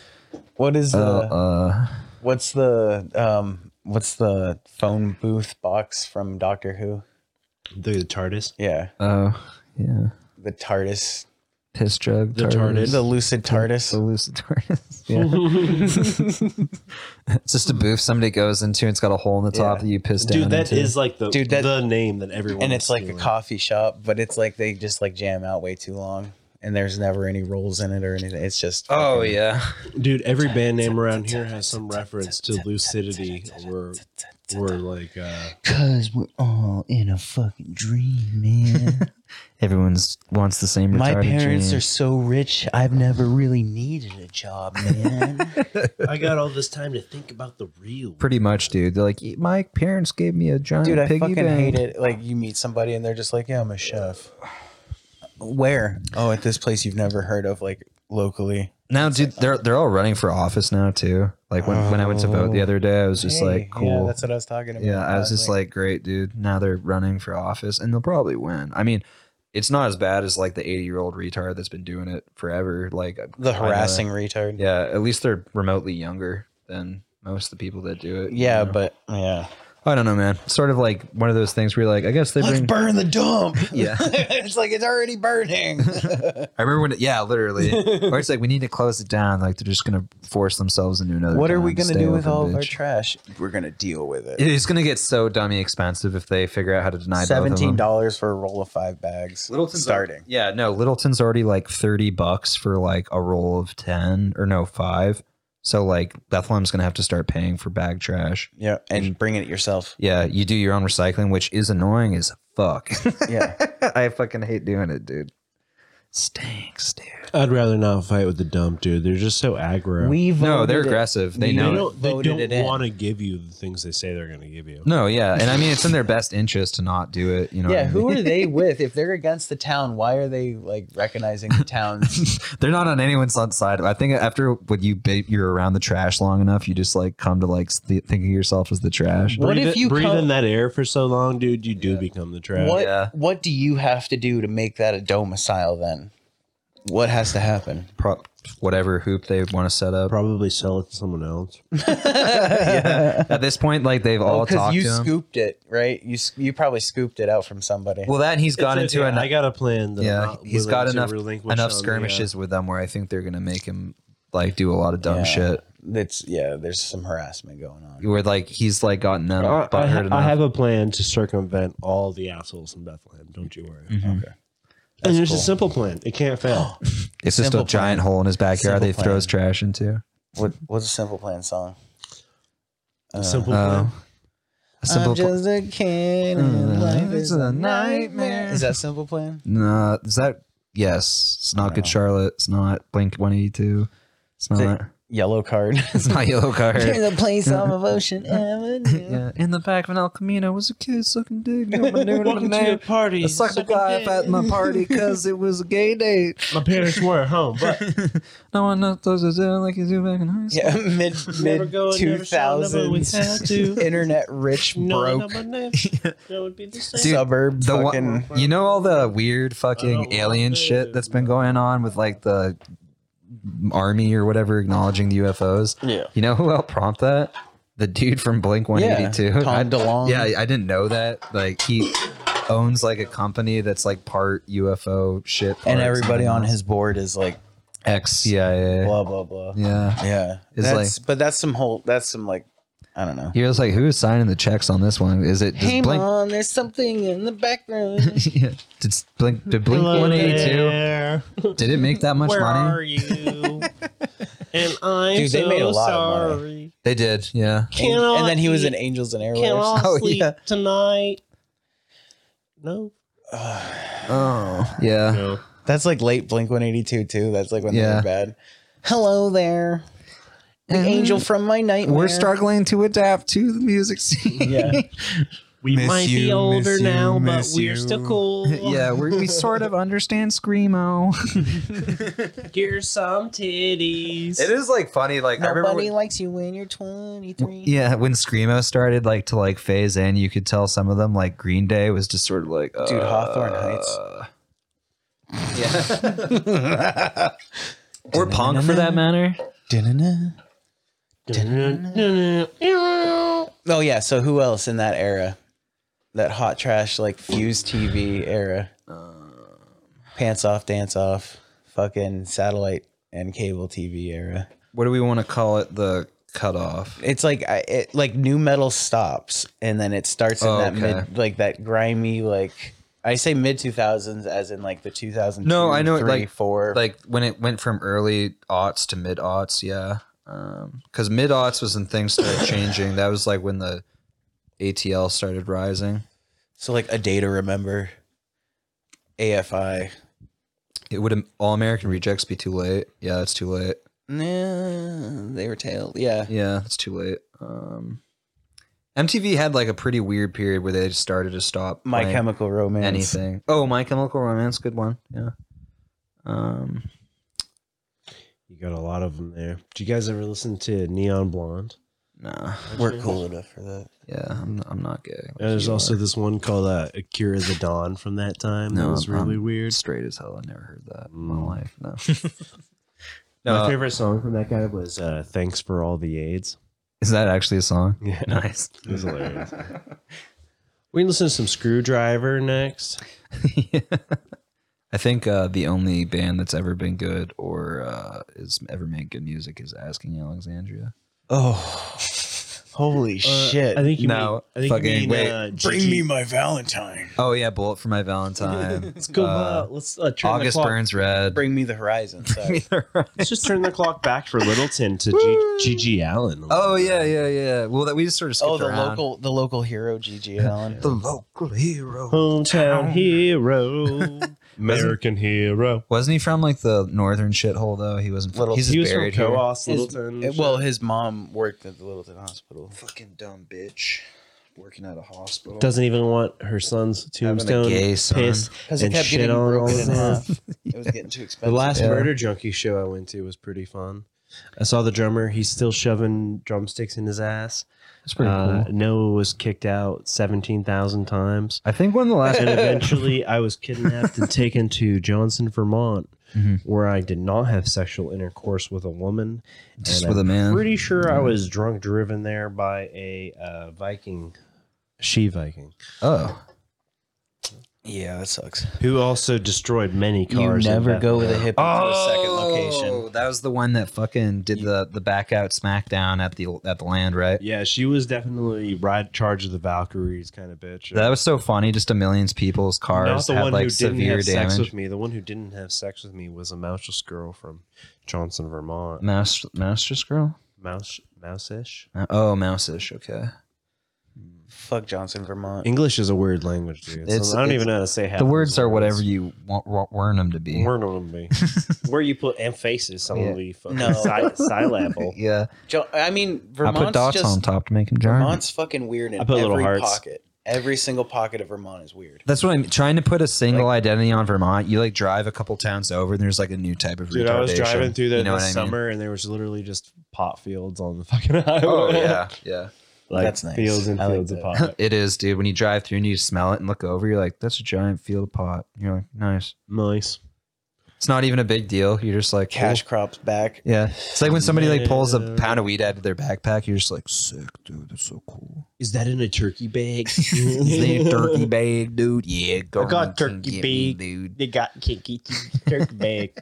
[SPEAKER 1] What is the
[SPEAKER 2] Uh,
[SPEAKER 1] what's the um what's the phone booth box from Doctor Who?
[SPEAKER 4] The TARDIS.
[SPEAKER 1] Yeah,
[SPEAKER 2] uh, oh, yeah.
[SPEAKER 1] the TARDIS,
[SPEAKER 2] Piss drug.
[SPEAKER 4] The
[SPEAKER 2] TARDIS.
[SPEAKER 1] the lucid
[SPEAKER 2] The
[SPEAKER 1] TARDIS.
[SPEAKER 2] lucid TARDIS. Yeah. it's just a booth somebody goes into and it's got a hole in the top that you piss down
[SPEAKER 4] Dude, that
[SPEAKER 2] into.
[SPEAKER 4] is like the
[SPEAKER 1] Dude, that-
[SPEAKER 4] the name that everyone.
[SPEAKER 1] and
[SPEAKER 4] is
[SPEAKER 1] it's like a
[SPEAKER 4] stealing.
[SPEAKER 1] coffee shop, but it's like they just like jam out way too long, and there's never any rules in it or anything. It's just
[SPEAKER 2] Oh, yeah.
[SPEAKER 4] Dude, every band name around here has some reference to lucidity or or like uh,
[SPEAKER 1] because we're all in a fucking dream, man.
[SPEAKER 2] Everyone's wants the same.
[SPEAKER 1] My
[SPEAKER 2] retarded
[SPEAKER 1] parents
[SPEAKER 2] gene.
[SPEAKER 1] are so rich, I've never really needed a job, man.
[SPEAKER 4] I got all this time to think about the real.
[SPEAKER 2] pretty much, dude. They're like, "E, my parents gave me a giant
[SPEAKER 1] Dude, I
[SPEAKER 2] piggy
[SPEAKER 1] fucking hate
[SPEAKER 2] bank."
[SPEAKER 1] it. Like you meet somebody and they're just like, "Yeah, I'm a chef." Where? Oh, at this place you've never heard of, like locally.
[SPEAKER 2] Now, dude, they're they're all running for office now too. Like when, when I went to vote the other day, I was just
[SPEAKER 1] Oh, Hey,
[SPEAKER 2] like, cool.
[SPEAKER 1] Yeah, that's what I was talking about.
[SPEAKER 2] Yeah, I was just like, great, dude. Now they're running for office, and they'll probably win. I mean, it's not as bad as like the eighty year old retard that's been doing it forever. Like
[SPEAKER 1] the
[SPEAKER 2] kinda-
[SPEAKER 1] harassing retard.
[SPEAKER 2] yeah, at least they're remotely younger than most of the people that do it. you
[SPEAKER 1] Yeah,
[SPEAKER 2] know?
[SPEAKER 1] but yeah,
[SPEAKER 2] I don't know, man. Sort of like one of those things where you're like, I guess they
[SPEAKER 1] Let's
[SPEAKER 2] bring.
[SPEAKER 1] burn the dump.
[SPEAKER 2] Yeah.
[SPEAKER 1] it's like it's already burning.
[SPEAKER 2] I remember when, it, yeah, literally. or it's like we need to close it down. Like they're just gonna force themselves into another.
[SPEAKER 1] what are we
[SPEAKER 2] town,
[SPEAKER 1] gonna
[SPEAKER 2] stay
[SPEAKER 1] do with
[SPEAKER 2] open,
[SPEAKER 1] all of our
[SPEAKER 2] bitch.
[SPEAKER 1] trash? We're gonna deal with it.
[SPEAKER 2] It's gonna get so dummy expensive if they figure out how to deny
[SPEAKER 1] Seventeen
[SPEAKER 2] Both of them.
[SPEAKER 1] dollars for a roll of five bags. starting.
[SPEAKER 2] Yeah, no, Littleton's already like thirty bucks for like a roll of ten or no five. So like Bethlehem's gonna have to start paying for bag trash.
[SPEAKER 1] Yeah, and bringing it yourself.
[SPEAKER 2] Yeah, you do your own recycling, which is annoying as fuck.
[SPEAKER 1] Yeah.
[SPEAKER 2] I fucking hate doing it, dude. Stinks, dude.
[SPEAKER 4] I'd rather not fight with the dump, dude. They're just so aggro.
[SPEAKER 1] We've
[SPEAKER 2] No, they're aggressive. They
[SPEAKER 4] they
[SPEAKER 2] know. it.
[SPEAKER 4] don't, they
[SPEAKER 1] Voted it in.
[SPEAKER 4] don't want to give you the things they say they're going to give you.
[SPEAKER 2] No, yeah, and I mean it's in their best interest to not do it. You know,
[SPEAKER 1] Yeah,
[SPEAKER 2] what I
[SPEAKER 1] who
[SPEAKER 2] mean?
[SPEAKER 1] are they with? If they're against the town, why are they like recognizing the town's
[SPEAKER 2] they're not on anyone's side. I think after when you ba- you're around the trash long enough, you just like come to like th- thinking of yourself as the trash.
[SPEAKER 1] What
[SPEAKER 4] breathe
[SPEAKER 1] if
[SPEAKER 4] it-
[SPEAKER 1] you
[SPEAKER 4] breathe
[SPEAKER 1] come-
[SPEAKER 4] in that air for so long, dude? You do become the trash.
[SPEAKER 1] What
[SPEAKER 2] Yeah.
[SPEAKER 1] what do you have to do to make that a domicile then? What has to happen?
[SPEAKER 2] Pro- whatever hoop they want to set up.
[SPEAKER 4] Probably sell it to someone else.
[SPEAKER 2] At this point, like they've all
[SPEAKER 1] Because
[SPEAKER 2] talked
[SPEAKER 1] Oh, you
[SPEAKER 2] to him.
[SPEAKER 1] scooped it, right? You s- you probably scooped it out from somebody.
[SPEAKER 2] well, that and he's got
[SPEAKER 4] It's
[SPEAKER 2] into
[SPEAKER 4] okay.
[SPEAKER 2] an
[SPEAKER 4] I got a plan. That I'm
[SPEAKER 2] yeah,
[SPEAKER 4] not
[SPEAKER 2] he's
[SPEAKER 4] willing
[SPEAKER 2] got
[SPEAKER 4] to
[SPEAKER 2] enough
[SPEAKER 4] relinquish on
[SPEAKER 2] enough
[SPEAKER 4] the, uh,
[SPEAKER 2] skirmishes with them where I think they're gonna make him like do a lot of dumb
[SPEAKER 1] Yeah.
[SPEAKER 2] shit.
[SPEAKER 1] That's yeah. There's some harassment going on.
[SPEAKER 2] Where like he's like gotten them
[SPEAKER 4] I, I,
[SPEAKER 2] butthurt
[SPEAKER 4] ha- I
[SPEAKER 2] enough.
[SPEAKER 4] have a plan to circumvent all the assholes in Bethlehem. Don't you worry.
[SPEAKER 2] Mhm.
[SPEAKER 4] And it's a simple plan. It can't fail.
[SPEAKER 2] it's just a
[SPEAKER 1] simple
[SPEAKER 2] giant
[SPEAKER 1] plan.
[SPEAKER 2] hole in his backyard.
[SPEAKER 1] Simple
[SPEAKER 2] They
[SPEAKER 1] plan.
[SPEAKER 2] throws trash into.
[SPEAKER 1] What what's a simple plan song?
[SPEAKER 4] A simple plan.
[SPEAKER 2] Oh. A simple
[SPEAKER 1] I'm
[SPEAKER 2] pl-
[SPEAKER 1] just a
[SPEAKER 2] Uh,
[SPEAKER 1] kid and life is a nightmare. Is that simple plan?
[SPEAKER 2] Nah, is that yes? It's not good, Charlotte. It's not Blink One Eighty Two. It's not.
[SPEAKER 1] Yellow card.
[SPEAKER 2] it's not Yellow Card.
[SPEAKER 1] the place on Ocean Avenue.
[SPEAKER 2] yeah, in the back of an El Camino was a kid sucking dick. No one knew what
[SPEAKER 3] Welcome to your
[SPEAKER 2] name.
[SPEAKER 3] party.
[SPEAKER 2] I sucked a guy up at my party because it was a gay date.
[SPEAKER 4] My parents were at home, but
[SPEAKER 2] No one knows those are doing like you do back in high school.
[SPEAKER 1] Yeah, mid mid two thousands, internet rich broke
[SPEAKER 2] Dude,
[SPEAKER 1] suburb
[SPEAKER 2] The
[SPEAKER 1] fucking. Oh,
[SPEAKER 2] one, you know all the weird fucking alien shit that's been going on with like the army or whatever acknowledging the UFOs.
[SPEAKER 3] Yeah.
[SPEAKER 2] You know who helped prompt that? The dude from Blink 182.
[SPEAKER 1] Yeah, Tom
[SPEAKER 2] I-
[SPEAKER 1] DeLonge.
[SPEAKER 2] Yeah, I didn't know that. Like he owns like a company that's like part UFO shit. part
[SPEAKER 1] and everybody
[SPEAKER 2] something
[SPEAKER 1] on
[SPEAKER 2] else.
[SPEAKER 1] his board is like
[SPEAKER 2] ex CIA.
[SPEAKER 1] blah blah blah.
[SPEAKER 2] Yeah.
[SPEAKER 1] Yeah,
[SPEAKER 2] It's
[SPEAKER 1] that's but that's some whole that's some like I don't know.
[SPEAKER 2] You're just like, who's signing the checks on this one? Is it does
[SPEAKER 1] Hey
[SPEAKER 2] Blink?
[SPEAKER 1] mom, there's something in the background.
[SPEAKER 2] yeah. Did s- Blink did Blink 182? Did it make that much
[SPEAKER 3] Where
[SPEAKER 2] money?
[SPEAKER 3] are you? and I'm
[SPEAKER 1] Dude, they
[SPEAKER 3] so
[SPEAKER 1] made a lot
[SPEAKER 3] sorry.
[SPEAKER 1] of money.
[SPEAKER 2] They did. Yeah.
[SPEAKER 1] and,
[SPEAKER 3] Cannot
[SPEAKER 1] and then he was in
[SPEAKER 3] eat.
[SPEAKER 1] Angels and
[SPEAKER 3] Can
[SPEAKER 1] Airwaves.
[SPEAKER 3] I
[SPEAKER 2] Oh,
[SPEAKER 3] sleep
[SPEAKER 2] yeah.
[SPEAKER 3] tonight? No.
[SPEAKER 2] Oh. Yeah.
[SPEAKER 1] That's like late Blink 182 too. That's like when
[SPEAKER 2] Yeah.
[SPEAKER 1] they were bad. Hello there, the angel from my nightmare.
[SPEAKER 2] We're struggling to adapt to the music scene.
[SPEAKER 1] Yeah,
[SPEAKER 4] We
[SPEAKER 2] Miss
[SPEAKER 3] Might be
[SPEAKER 2] you,
[SPEAKER 3] older
[SPEAKER 2] miss you,
[SPEAKER 3] now, but
[SPEAKER 2] miss
[SPEAKER 3] we're
[SPEAKER 2] you.
[SPEAKER 3] still cool.
[SPEAKER 2] yeah, we're, we sort of understand screamo.
[SPEAKER 3] Here's some titties.
[SPEAKER 2] It is like funny. Like I remember.
[SPEAKER 1] nobody
[SPEAKER 2] When,
[SPEAKER 1] likes you when you're 23.
[SPEAKER 2] yeah, when screamo started, like to like phase in, you could tell some of them like Green Day was just sort of like uh,
[SPEAKER 1] Dude, Hawthorne Heights.
[SPEAKER 2] or punk for that matter.
[SPEAKER 1] Da-na-na. Oh yeah, so who else in that era? That hot trash like fuse TV era.
[SPEAKER 2] Um.
[SPEAKER 1] Pants off, dance off, fucking satellite and cable TV era.
[SPEAKER 2] What do we want to call it? The cutoff.
[SPEAKER 1] It's like I, it, like new metal stops and then it starts in
[SPEAKER 2] Oh,
[SPEAKER 1] that
[SPEAKER 2] okay.
[SPEAKER 1] mid like that grimy like I say mid 2000s as in like the 2000
[SPEAKER 2] No, I know it, like-
[SPEAKER 1] 4
[SPEAKER 2] Like when it went from early aughts to mid aughts, yeah. Because mid aughts was when things started changing. That was like when the ATL started rising.
[SPEAKER 1] so like a day to remember AFI
[SPEAKER 2] It would all American rejects be too late? Yeah, it's too late.
[SPEAKER 1] Nah, they were tailed. Yeah.
[SPEAKER 2] Yeah, it's too late. Um, MTV had like a pretty weird period where they just started to stop
[SPEAKER 1] My
[SPEAKER 2] playing
[SPEAKER 1] Chemical Romance.
[SPEAKER 2] anything. Oh, My Chemical Romance, good one. Yeah. Um,
[SPEAKER 4] You got a lot of them there. Did you guys ever listen to Neon Blonde?
[SPEAKER 2] nah.
[SPEAKER 1] We're cool enough for that.
[SPEAKER 2] Yeah, I'm, I'm not gay.
[SPEAKER 4] And there's also this one called uh, Akira the Dawn from that time.
[SPEAKER 2] No,
[SPEAKER 4] that was
[SPEAKER 2] I'm-
[SPEAKER 4] really
[SPEAKER 2] I'm
[SPEAKER 4] weird. Mm.
[SPEAKER 2] straight as hell. I never heard that in my life. No.
[SPEAKER 4] My favorite song from that guy was uh, "Thanks for uh, All the AIDS."
[SPEAKER 2] Is that actually a song?
[SPEAKER 4] Yeah.
[SPEAKER 2] Nice.
[SPEAKER 4] It was hilarious. we can listen to some Screwdriver next.
[SPEAKER 2] I think uh, the only band that's ever been good or uh, is ever made good music is Asking Alexandria.
[SPEAKER 1] Oh, holy
[SPEAKER 2] Uh,
[SPEAKER 1] shit!
[SPEAKER 4] I think you
[SPEAKER 2] No,
[SPEAKER 4] mean, I think
[SPEAKER 2] fucking-
[SPEAKER 4] you mean,
[SPEAKER 2] wait.
[SPEAKER 4] uh,
[SPEAKER 5] Bring
[SPEAKER 4] Gigi.
[SPEAKER 5] me my Valentine.
[SPEAKER 2] Oh yeah, Bullet for My Valentine.
[SPEAKER 4] Let's go.
[SPEAKER 2] Uh,
[SPEAKER 4] Uh, let's uh, turn
[SPEAKER 2] August
[SPEAKER 4] the clock.
[SPEAKER 2] Burns Red.
[SPEAKER 1] Bring me the horizon. Sorry.
[SPEAKER 4] Let's just turn the clock back for Littleton to G- Gigi Allen.
[SPEAKER 2] oh yeah, yeah, yeah. Well, that we just sort of skipped
[SPEAKER 1] oh, the
[SPEAKER 2] around.
[SPEAKER 1] local, the local hero, GG Allen.
[SPEAKER 2] the local hero.
[SPEAKER 4] hometown hero, American hero.
[SPEAKER 2] Wasn't he from like the northern shithole though? He wasn't. From,
[SPEAKER 1] Little-
[SPEAKER 2] he's
[SPEAKER 4] he was
[SPEAKER 2] just
[SPEAKER 4] from
[SPEAKER 2] buried here. eh,
[SPEAKER 4] Coos,
[SPEAKER 1] His-
[SPEAKER 4] Littleton.
[SPEAKER 1] Uh, well, his mom worked at the Littleton Hospital.
[SPEAKER 2] Fucking dumb bitch, working at a hospital.
[SPEAKER 4] doesn't even want her son's
[SPEAKER 2] Having a
[SPEAKER 4] tombstone
[SPEAKER 2] gay son.
[SPEAKER 4] pissed
[SPEAKER 1] Because it
[SPEAKER 4] and
[SPEAKER 1] kept
[SPEAKER 4] shit
[SPEAKER 1] getting
[SPEAKER 4] on all
[SPEAKER 1] broken
[SPEAKER 4] of
[SPEAKER 1] in
[SPEAKER 4] them.
[SPEAKER 1] half. It was getting too
[SPEAKER 4] The
[SPEAKER 1] expensive.
[SPEAKER 4] last
[SPEAKER 2] Yeah.
[SPEAKER 4] murder junkie show I went to was pretty fun. I saw the drummer. He's still shoving drumsticks in his ass.
[SPEAKER 2] That's pretty
[SPEAKER 4] Uh,
[SPEAKER 2] cool.
[SPEAKER 4] Noah was kicked out 17,000 times.
[SPEAKER 2] I think one of the last.
[SPEAKER 4] And eventually I was kidnapped and taken to Johnson, Vermont,
[SPEAKER 2] Mhm.
[SPEAKER 4] where I did not have sexual intercourse with a woman.
[SPEAKER 2] Just
[SPEAKER 4] And
[SPEAKER 2] with a man.
[SPEAKER 4] Pretty sure I was drunk driven there by a uh, Viking, she Viking,
[SPEAKER 2] oh,
[SPEAKER 1] Yeah, that sucks.
[SPEAKER 4] who also destroyed many
[SPEAKER 1] You
[SPEAKER 4] cars. in
[SPEAKER 1] never go with a
[SPEAKER 4] Bethlehem.
[SPEAKER 1] hippie to a second location.
[SPEAKER 2] Oh, That was the one that fucking did the the back out smackdown at the at the land, right?
[SPEAKER 4] Yeah, she was definitely ride charge of the Valkyries kind of bitch.
[SPEAKER 2] That was so funny. Just a millions people's
[SPEAKER 4] not
[SPEAKER 2] cars
[SPEAKER 4] the
[SPEAKER 2] had
[SPEAKER 4] one
[SPEAKER 2] like
[SPEAKER 4] who didn't
[SPEAKER 2] severe
[SPEAKER 4] have sex
[SPEAKER 2] damage.
[SPEAKER 4] with me. The one who didn't have sex with me was a mouse girl from Johnson, Vermont.
[SPEAKER 2] Mouse, Mouse's girl.
[SPEAKER 4] Mouse, mouse-ish.
[SPEAKER 2] Uh, Oh, mouse-ish. Okay.
[SPEAKER 1] Fuck Johnson, Vermont.
[SPEAKER 4] English is a weird language, dude. So
[SPEAKER 2] It's-
[SPEAKER 4] I don't
[SPEAKER 2] it's-
[SPEAKER 4] even know how to say half.
[SPEAKER 2] the
[SPEAKER 4] of
[SPEAKER 2] words
[SPEAKER 4] those
[SPEAKER 2] are whatever you want, want warn them to be.
[SPEAKER 4] We're not gonna be. Where you put emphasis on
[SPEAKER 2] Yeah.
[SPEAKER 4] the fucking
[SPEAKER 1] No.
[SPEAKER 4] sy- syllable.
[SPEAKER 2] yeah,
[SPEAKER 1] Jo- I mean,
[SPEAKER 2] I put
[SPEAKER 1] Vermont's
[SPEAKER 2] dots
[SPEAKER 1] just
[SPEAKER 2] on top to make them jarring.
[SPEAKER 1] Vermont's fucking weird in
[SPEAKER 4] I put
[SPEAKER 1] every
[SPEAKER 4] little hearts.
[SPEAKER 1] pocket. Every single pocket of Vermont is weird.
[SPEAKER 2] That's what I'm trying to put a single identity on Vermont. You like drive a couple towns over, and there's like a new type of
[SPEAKER 4] Dude, I was
[SPEAKER 2] retardation.
[SPEAKER 4] driving through there
[SPEAKER 2] You know
[SPEAKER 4] this
[SPEAKER 2] what I mean?
[SPEAKER 4] summer, and there was literally just pot fields on the fucking highway.
[SPEAKER 2] Oh yeah, yeah.
[SPEAKER 4] like
[SPEAKER 1] That's nice.
[SPEAKER 4] fields and
[SPEAKER 1] I like
[SPEAKER 4] fields
[SPEAKER 1] that.
[SPEAKER 4] of pot.
[SPEAKER 2] It is, dude. When you drive through and you smell it and look over, you're like, "That's a giant field of pot." You're like, "Nice."
[SPEAKER 4] nice.
[SPEAKER 2] It's not even a big deal. You're just like
[SPEAKER 1] Cash
[SPEAKER 2] cool.
[SPEAKER 1] crops back.
[SPEAKER 2] Yeah, it's like when somebody like pulls a pound of weed out of their backpack. You're just like, "Sick, dude. That's so cool."
[SPEAKER 4] Is that in a turkey bag?
[SPEAKER 2] Is that a turkey bag, dude? Yeah, go
[SPEAKER 3] I got
[SPEAKER 2] on, come
[SPEAKER 3] turkey
[SPEAKER 2] get me,
[SPEAKER 3] bag.
[SPEAKER 2] dude.
[SPEAKER 3] They got kinky turkey bag.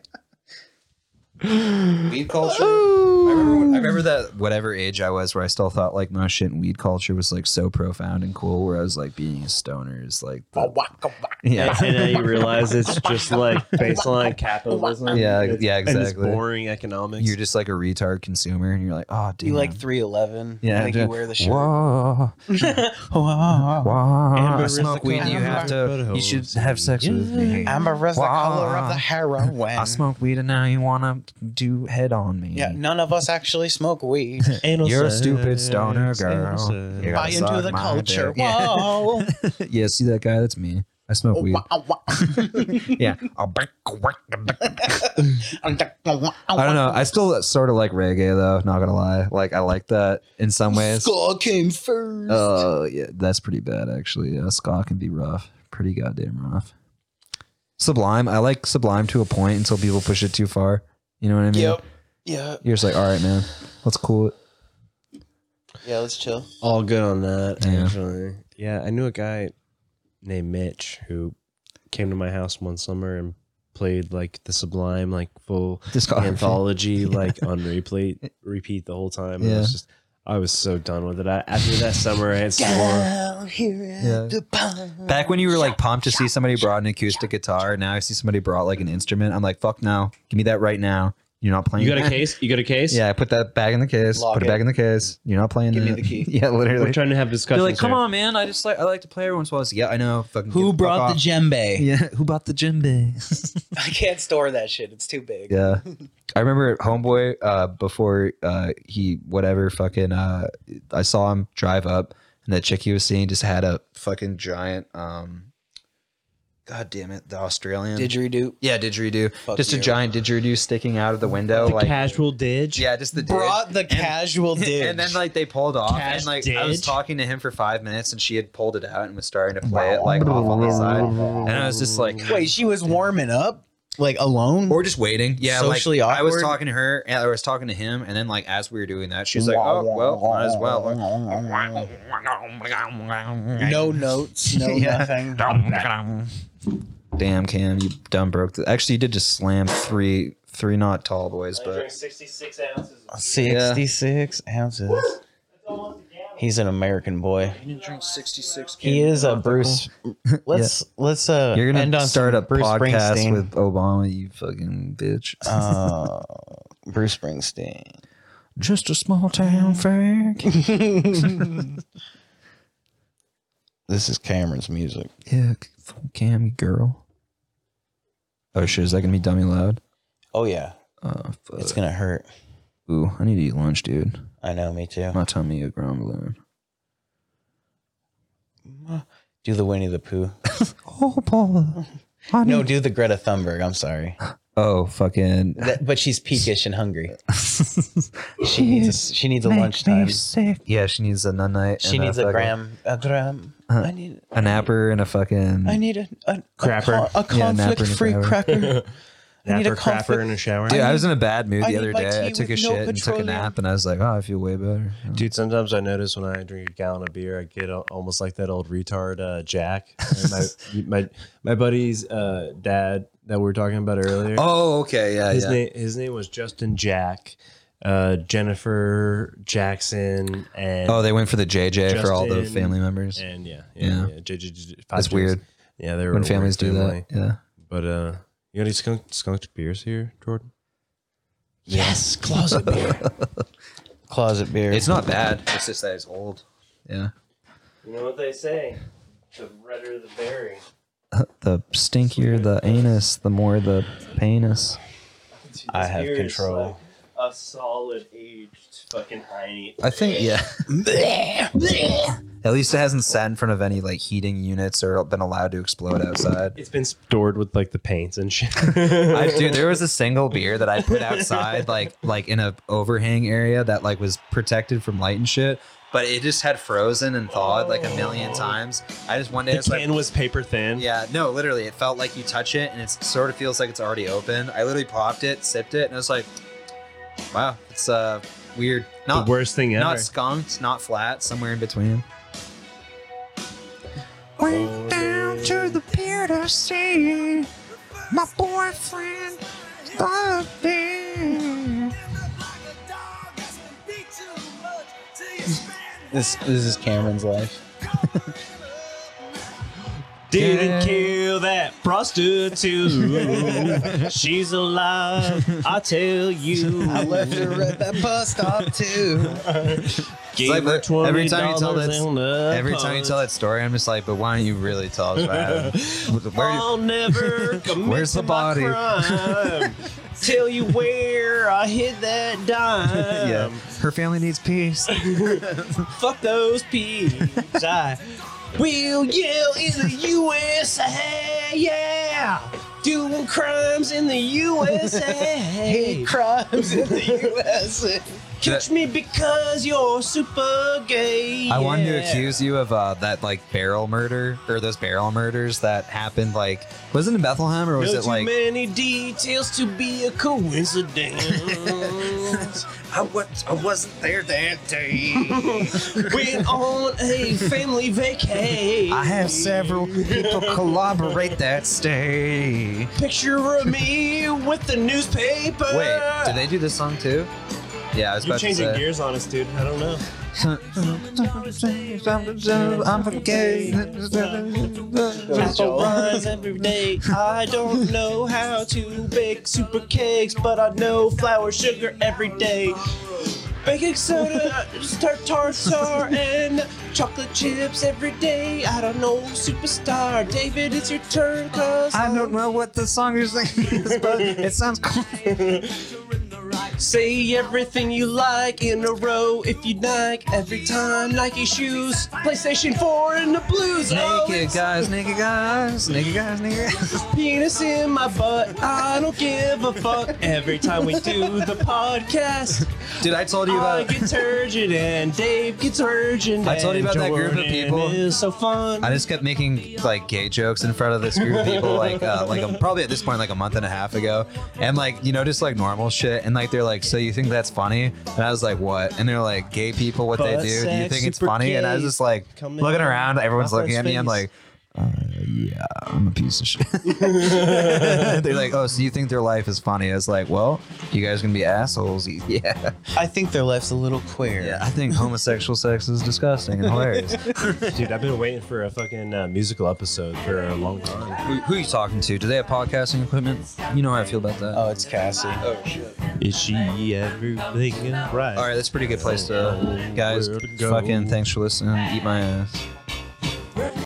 [SPEAKER 2] Weed culture. I remember, when, I remember that whatever age I was where I still thought like my shit in weed culture was like so profound and cool where I was like being a stoner is like
[SPEAKER 1] Oh,
[SPEAKER 2] the- yeah
[SPEAKER 4] and then you realize it's just like baseline capitalism.
[SPEAKER 2] Yeah,
[SPEAKER 4] It's-
[SPEAKER 2] yeah,
[SPEAKER 4] and it's
[SPEAKER 2] exactly.
[SPEAKER 4] boring economics.
[SPEAKER 2] you're just like a retard consumer and you're like oh dude
[SPEAKER 1] You like 311.
[SPEAKER 2] yeah
[SPEAKER 1] I think
[SPEAKER 2] dude.
[SPEAKER 1] you wear the shirt.
[SPEAKER 2] Whoa, whoa. I
[SPEAKER 4] Amber is
[SPEAKER 2] smoke
[SPEAKER 4] the
[SPEAKER 2] weed
[SPEAKER 4] kind
[SPEAKER 2] you
[SPEAKER 4] of
[SPEAKER 2] have to
[SPEAKER 4] photo
[SPEAKER 2] you should
[SPEAKER 4] of
[SPEAKER 2] have sex with me
[SPEAKER 1] Amber is the
[SPEAKER 2] Wow.
[SPEAKER 1] color of the heroin.
[SPEAKER 2] I smoke weed and now you want to do head on me
[SPEAKER 1] Yeah, none of us actually smoke weed.
[SPEAKER 4] Anal
[SPEAKER 2] you're a
[SPEAKER 4] sex,
[SPEAKER 2] stupid stoner
[SPEAKER 4] anal
[SPEAKER 2] girl
[SPEAKER 4] sex.
[SPEAKER 2] You gotta
[SPEAKER 1] Buy into
[SPEAKER 2] suck
[SPEAKER 1] the
[SPEAKER 2] my
[SPEAKER 1] culture.
[SPEAKER 2] dick. Yeah.
[SPEAKER 1] Whoa.
[SPEAKER 2] yeah, see that guy? That's me. I
[SPEAKER 1] Oh,
[SPEAKER 2] smoke weed. yeah. I don't know. I still sort of like reggae though, not gonna lie. Like I like that in some ways.
[SPEAKER 1] Skull came first.
[SPEAKER 2] Oh yeah, that's pretty bad actually. Yeah, ska can be rough. Pretty goddamn rough. Sublime. I like Sublime to a point until people push it too far. You know what I mean?
[SPEAKER 1] yep. Yeah.
[SPEAKER 2] You're just like, all right, man, let's cool it.
[SPEAKER 1] Yeah, let's chill.
[SPEAKER 4] All good on that,
[SPEAKER 2] Yeah.
[SPEAKER 4] actually. Yeah, I knew a guy named Mitch who came to my house one summer and played like the Sublime, like full
[SPEAKER 2] Oh, Discography.
[SPEAKER 4] anthology, like on repeat, repeat the whole time. And I
[SPEAKER 2] Yeah.
[SPEAKER 4] was just, I was so done with it. I, after that summer, I had sworn.
[SPEAKER 1] Down here at
[SPEAKER 2] Yeah.
[SPEAKER 1] the pond.
[SPEAKER 2] Back when you were like pumped to see somebody brought an acoustic guitar, now I see somebody brought like an instrument. I'm like, fuck no, give me that right now. You're not playing.
[SPEAKER 4] You got
[SPEAKER 2] that.
[SPEAKER 4] a case? You got a case?
[SPEAKER 2] Yeah, I put that back in the case.
[SPEAKER 1] Lock
[SPEAKER 2] put it,
[SPEAKER 1] it.
[SPEAKER 2] back in the case. You're not playing
[SPEAKER 1] Give me
[SPEAKER 2] that.
[SPEAKER 1] the key.
[SPEAKER 2] yeah, literally.
[SPEAKER 4] We're trying to have
[SPEAKER 2] They're
[SPEAKER 4] discussions.
[SPEAKER 2] like, come
[SPEAKER 4] here.
[SPEAKER 2] on, man. I just like I like to play every once in a while. It's like, yeah, I know. Fucking get
[SPEAKER 1] Who
[SPEAKER 2] fuck
[SPEAKER 1] brought the
[SPEAKER 2] off.
[SPEAKER 1] djembe?
[SPEAKER 2] Yeah, who bought the djembe?
[SPEAKER 1] I can't store that shit. It's too big.
[SPEAKER 2] yeah, I remember homeboy uh, before uh, he whatever fucking. Uh, I saw him drive up, and that chick he was seeing just had a fucking giant. um God damn it, the Australian.
[SPEAKER 1] Didgeridoo.
[SPEAKER 2] yeah, didgeridoo.
[SPEAKER 1] Fuck
[SPEAKER 2] just a
[SPEAKER 1] you.
[SPEAKER 2] giant didgeridoo sticking out of the window,
[SPEAKER 4] The
[SPEAKER 2] like
[SPEAKER 4] casual didge.
[SPEAKER 2] yeah, just the didge.
[SPEAKER 1] Brought the casual dude.
[SPEAKER 2] and then like they pulled off
[SPEAKER 4] Cash
[SPEAKER 2] and like I was
[SPEAKER 4] did.
[SPEAKER 2] talking to him for five minutes and she had pulled it out and was starting to play it like off on the side. And I was just like
[SPEAKER 1] wait, she was warming up. like alone.
[SPEAKER 2] Or just waiting. Yeah,
[SPEAKER 1] Socially
[SPEAKER 2] like, I was
[SPEAKER 1] awkward?
[SPEAKER 2] talking to her and I was talking to him, and then like as we were doing that, she's like, "Oh well, might as well."
[SPEAKER 1] no notes, no nothing.
[SPEAKER 2] Damn, Cam, you dumb broke. The- Actually, you did just slam three three knot tall boys, but
[SPEAKER 6] 66 ounces. of-
[SPEAKER 1] 66 ounces. He's an American boy.
[SPEAKER 6] You didn't drink 66.
[SPEAKER 1] He is a Bruce. Let's let's uh
[SPEAKER 2] you're
[SPEAKER 1] end
[SPEAKER 2] gonna
[SPEAKER 1] on
[SPEAKER 2] start a
[SPEAKER 1] some Bruce
[SPEAKER 2] podcast
[SPEAKER 1] Springsteen.
[SPEAKER 2] with Obama, you fucking bitch.
[SPEAKER 1] uh, Bruce Springsteen.
[SPEAKER 2] just a small town fair.
[SPEAKER 1] This is Cameron's music.
[SPEAKER 2] Yeah, Cam girl. Oh shit, is that gonna be dummy loud?
[SPEAKER 1] Oh yeah,
[SPEAKER 2] Oh fuck.
[SPEAKER 1] it's gonna hurt.
[SPEAKER 2] Ooh, I need to eat lunch, dude.
[SPEAKER 1] I know, me too.
[SPEAKER 2] My tummy is grumbling.
[SPEAKER 1] Do the Winnie the Pooh.
[SPEAKER 2] Oh, Paula.
[SPEAKER 1] No, do the Greta Thunberg. I'm sorry,
[SPEAKER 2] Oh, fucking.
[SPEAKER 1] That- but she's peakish and hungry. She needs a, she needs a lunchtime.
[SPEAKER 2] Yeah, she needs a Uh-huh. nun night.
[SPEAKER 1] She
[SPEAKER 2] and
[SPEAKER 1] needs a
[SPEAKER 2] fucking-
[SPEAKER 1] gram. A gram. I need.
[SPEAKER 2] A napper and a fucking.
[SPEAKER 1] I need a, a
[SPEAKER 7] Crapper.
[SPEAKER 1] A,
[SPEAKER 2] Yeah, napper and a
[SPEAKER 1] conflict free
[SPEAKER 2] crapper.
[SPEAKER 1] cracker. I need
[SPEAKER 7] Napper
[SPEAKER 1] a conflict-
[SPEAKER 7] crapper in a shower.
[SPEAKER 2] Dude, I, was in a bad mood
[SPEAKER 1] I
[SPEAKER 2] the
[SPEAKER 1] need
[SPEAKER 2] other
[SPEAKER 1] my
[SPEAKER 2] day. I
[SPEAKER 1] tea
[SPEAKER 2] took a
[SPEAKER 1] with no
[SPEAKER 2] shit and took a
[SPEAKER 1] petroleum.
[SPEAKER 2] nap, and I was like, "Oh, I feel way better."
[SPEAKER 7] Dude, sometimes I notice when I drink a gallon of beer, I get al- almost like that old retard uh, Jack. And my, my my buddy's uh, dad that we were talking about earlier.
[SPEAKER 2] Oh, okay, yeah,
[SPEAKER 7] his
[SPEAKER 2] yeah.
[SPEAKER 7] name his name was Justin Jack, uh, Jennifer Jackson, and
[SPEAKER 2] oh, they went for the JJ for all the
[SPEAKER 7] Justin
[SPEAKER 2] family members.
[SPEAKER 7] and yeah,
[SPEAKER 2] Yeah.
[SPEAKER 7] yeah, yeah. J- j- j- five
[SPEAKER 2] That's
[SPEAKER 7] J's.
[SPEAKER 2] weird
[SPEAKER 7] Yeah, they were
[SPEAKER 2] when
[SPEAKER 7] a
[SPEAKER 2] families
[SPEAKER 7] weird
[SPEAKER 2] do that.
[SPEAKER 7] family.
[SPEAKER 2] Yeah.
[SPEAKER 7] But uh, you got any skunk skunked beers here, Jordan?
[SPEAKER 1] Yes, closet beer. closet beer.
[SPEAKER 2] It's not bad. It's just that it's old. Yeah.
[SPEAKER 6] You know what they say? The redder the berry.
[SPEAKER 2] The stinkier the anus, the more the penis.
[SPEAKER 1] I have
[SPEAKER 6] Beer is
[SPEAKER 1] control.
[SPEAKER 6] Like a solid aged fucking hiney.
[SPEAKER 2] I think yeah. At least it hasn't sat in front of any like heating units or been allowed to explode outside.
[SPEAKER 7] It's been stored with like the paints and shit.
[SPEAKER 2] I, dude, there was a single beer that I put outside, like like in a overhang area that like was protected from light and shit. But it just had frozen and thawed like a million times. I just one day
[SPEAKER 7] the
[SPEAKER 2] it's like,
[SPEAKER 7] can was paper thin.
[SPEAKER 2] yeah, no, literally, it felt like you touch it and it sort of feels like it's already open. I literally popped it, sipped it, and I was like, wow, it's uh weird. Not
[SPEAKER 7] the worst thing ever.
[SPEAKER 2] not skunked, not flat, somewhere in between.
[SPEAKER 4] Went down to the pier to see my boyfriend the bear.
[SPEAKER 1] This this is Cameron's life.
[SPEAKER 7] Didn't kill that prostitute. She's alive, I tell you. I
[SPEAKER 1] left her at that bus stop too.
[SPEAKER 7] Gave
[SPEAKER 2] It's like
[SPEAKER 7] her
[SPEAKER 2] the- every
[SPEAKER 7] $20
[SPEAKER 2] time you tell that s-
[SPEAKER 7] and a
[SPEAKER 2] Every time you
[SPEAKER 7] punch.
[SPEAKER 2] tell that story, I'm just like, but why don't you really tell us what happened? Where-
[SPEAKER 7] I'll never commit
[SPEAKER 2] Where's the
[SPEAKER 7] to
[SPEAKER 2] body?
[SPEAKER 7] My crime. Tell you where I hid that dime.
[SPEAKER 2] yeah, her family needs peace.
[SPEAKER 7] Fuck those peeps. I will yell in the USA. Yeah. Doing crimes in the USA. Hate crimes in the USA. Catch me because you're super gay.
[SPEAKER 2] I wanted to
[SPEAKER 7] yeah.
[SPEAKER 2] accuse you of uh, that like barrel murder or those barrel murders that happened like wasn't it in Bethlehem or was
[SPEAKER 7] No
[SPEAKER 2] it
[SPEAKER 7] too
[SPEAKER 2] like
[SPEAKER 7] many details to be a coincidence.
[SPEAKER 2] I, was, I wasn't there that day.
[SPEAKER 7] Went on a family vacation.
[SPEAKER 2] I have several people collaborate that stay.
[SPEAKER 7] picture of me with the newspaper.
[SPEAKER 2] Wait, did they do this song too? Yeah, I was
[SPEAKER 7] You're
[SPEAKER 2] about to
[SPEAKER 7] changing
[SPEAKER 2] say.
[SPEAKER 7] gears on us, dude. I don't know.
[SPEAKER 2] I'm gay.
[SPEAKER 7] Apple pies every day. I don't know how to bake super cakes, but I know flour, sugar every day. Baking soda, tartar, tartar, and chocolate chips every day. I don't know, superstar. David, it's your turn, cause
[SPEAKER 2] I don't know what the song is, but it sounds cool.
[SPEAKER 7] Say everything you like in a row if you'd like. Every time Nike shoes, PlayStation 4 and the blues. Oh,
[SPEAKER 2] Naked
[SPEAKER 7] it's
[SPEAKER 2] guys, naked guys, naked guys, naked guys.
[SPEAKER 7] penis in my butt. I don't give a fuck. Every time we do the podcast,
[SPEAKER 2] Dude, I told you
[SPEAKER 7] Oh, I
[SPEAKER 2] about.
[SPEAKER 7] get turgid and Dave gets urgent.
[SPEAKER 2] I told you
[SPEAKER 7] and
[SPEAKER 2] about that group of
[SPEAKER 7] Jordan
[SPEAKER 2] people.
[SPEAKER 7] is so fun.
[SPEAKER 2] I just kept making like gay jokes in front of this group of people, like uh, like um, probably at this point like a month and a half ago, and like you know just like normal shit, and like they're like, so you think that's funny? And I was like, what? And they're like, gay people, what they
[SPEAKER 7] Butt
[SPEAKER 2] do? Do you
[SPEAKER 7] sex,
[SPEAKER 2] think it's
[SPEAKER 7] super
[SPEAKER 2] funny? And I was
[SPEAKER 7] gay,
[SPEAKER 2] just like
[SPEAKER 7] coming
[SPEAKER 2] looking
[SPEAKER 7] from
[SPEAKER 2] around, everyone's looking at me. I'm like,
[SPEAKER 7] Alfred's
[SPEAKER 2] uh, yeah, I'm a piece of shit. they're like, oh, so you think their life is funny? I was like, well, you guys gonna be assholes? Yeah,
[SPEAKER 1] I think their life's a little queer.
[SPEAKER 2] yeah. I think homosexual sex is disgusting and hilarious.
[SPEAKER 4] Dude, I've been waiting for a fucking uh, musical episode for a long time.
[SPEAKER 2] Who, who are you talking to? Do they have podcasting equipment? You know how I feel about that.
[SPEAKER 1] Oh, it's Cassie.
[SPEAKER 4] Is she everything right?
[SPEAKER 2] All right, that's a pretty good place to, guys.
[SPEAKER 4] Where to go?
[SPEAKER 2] Fucking thanks for listening. Eat my ass.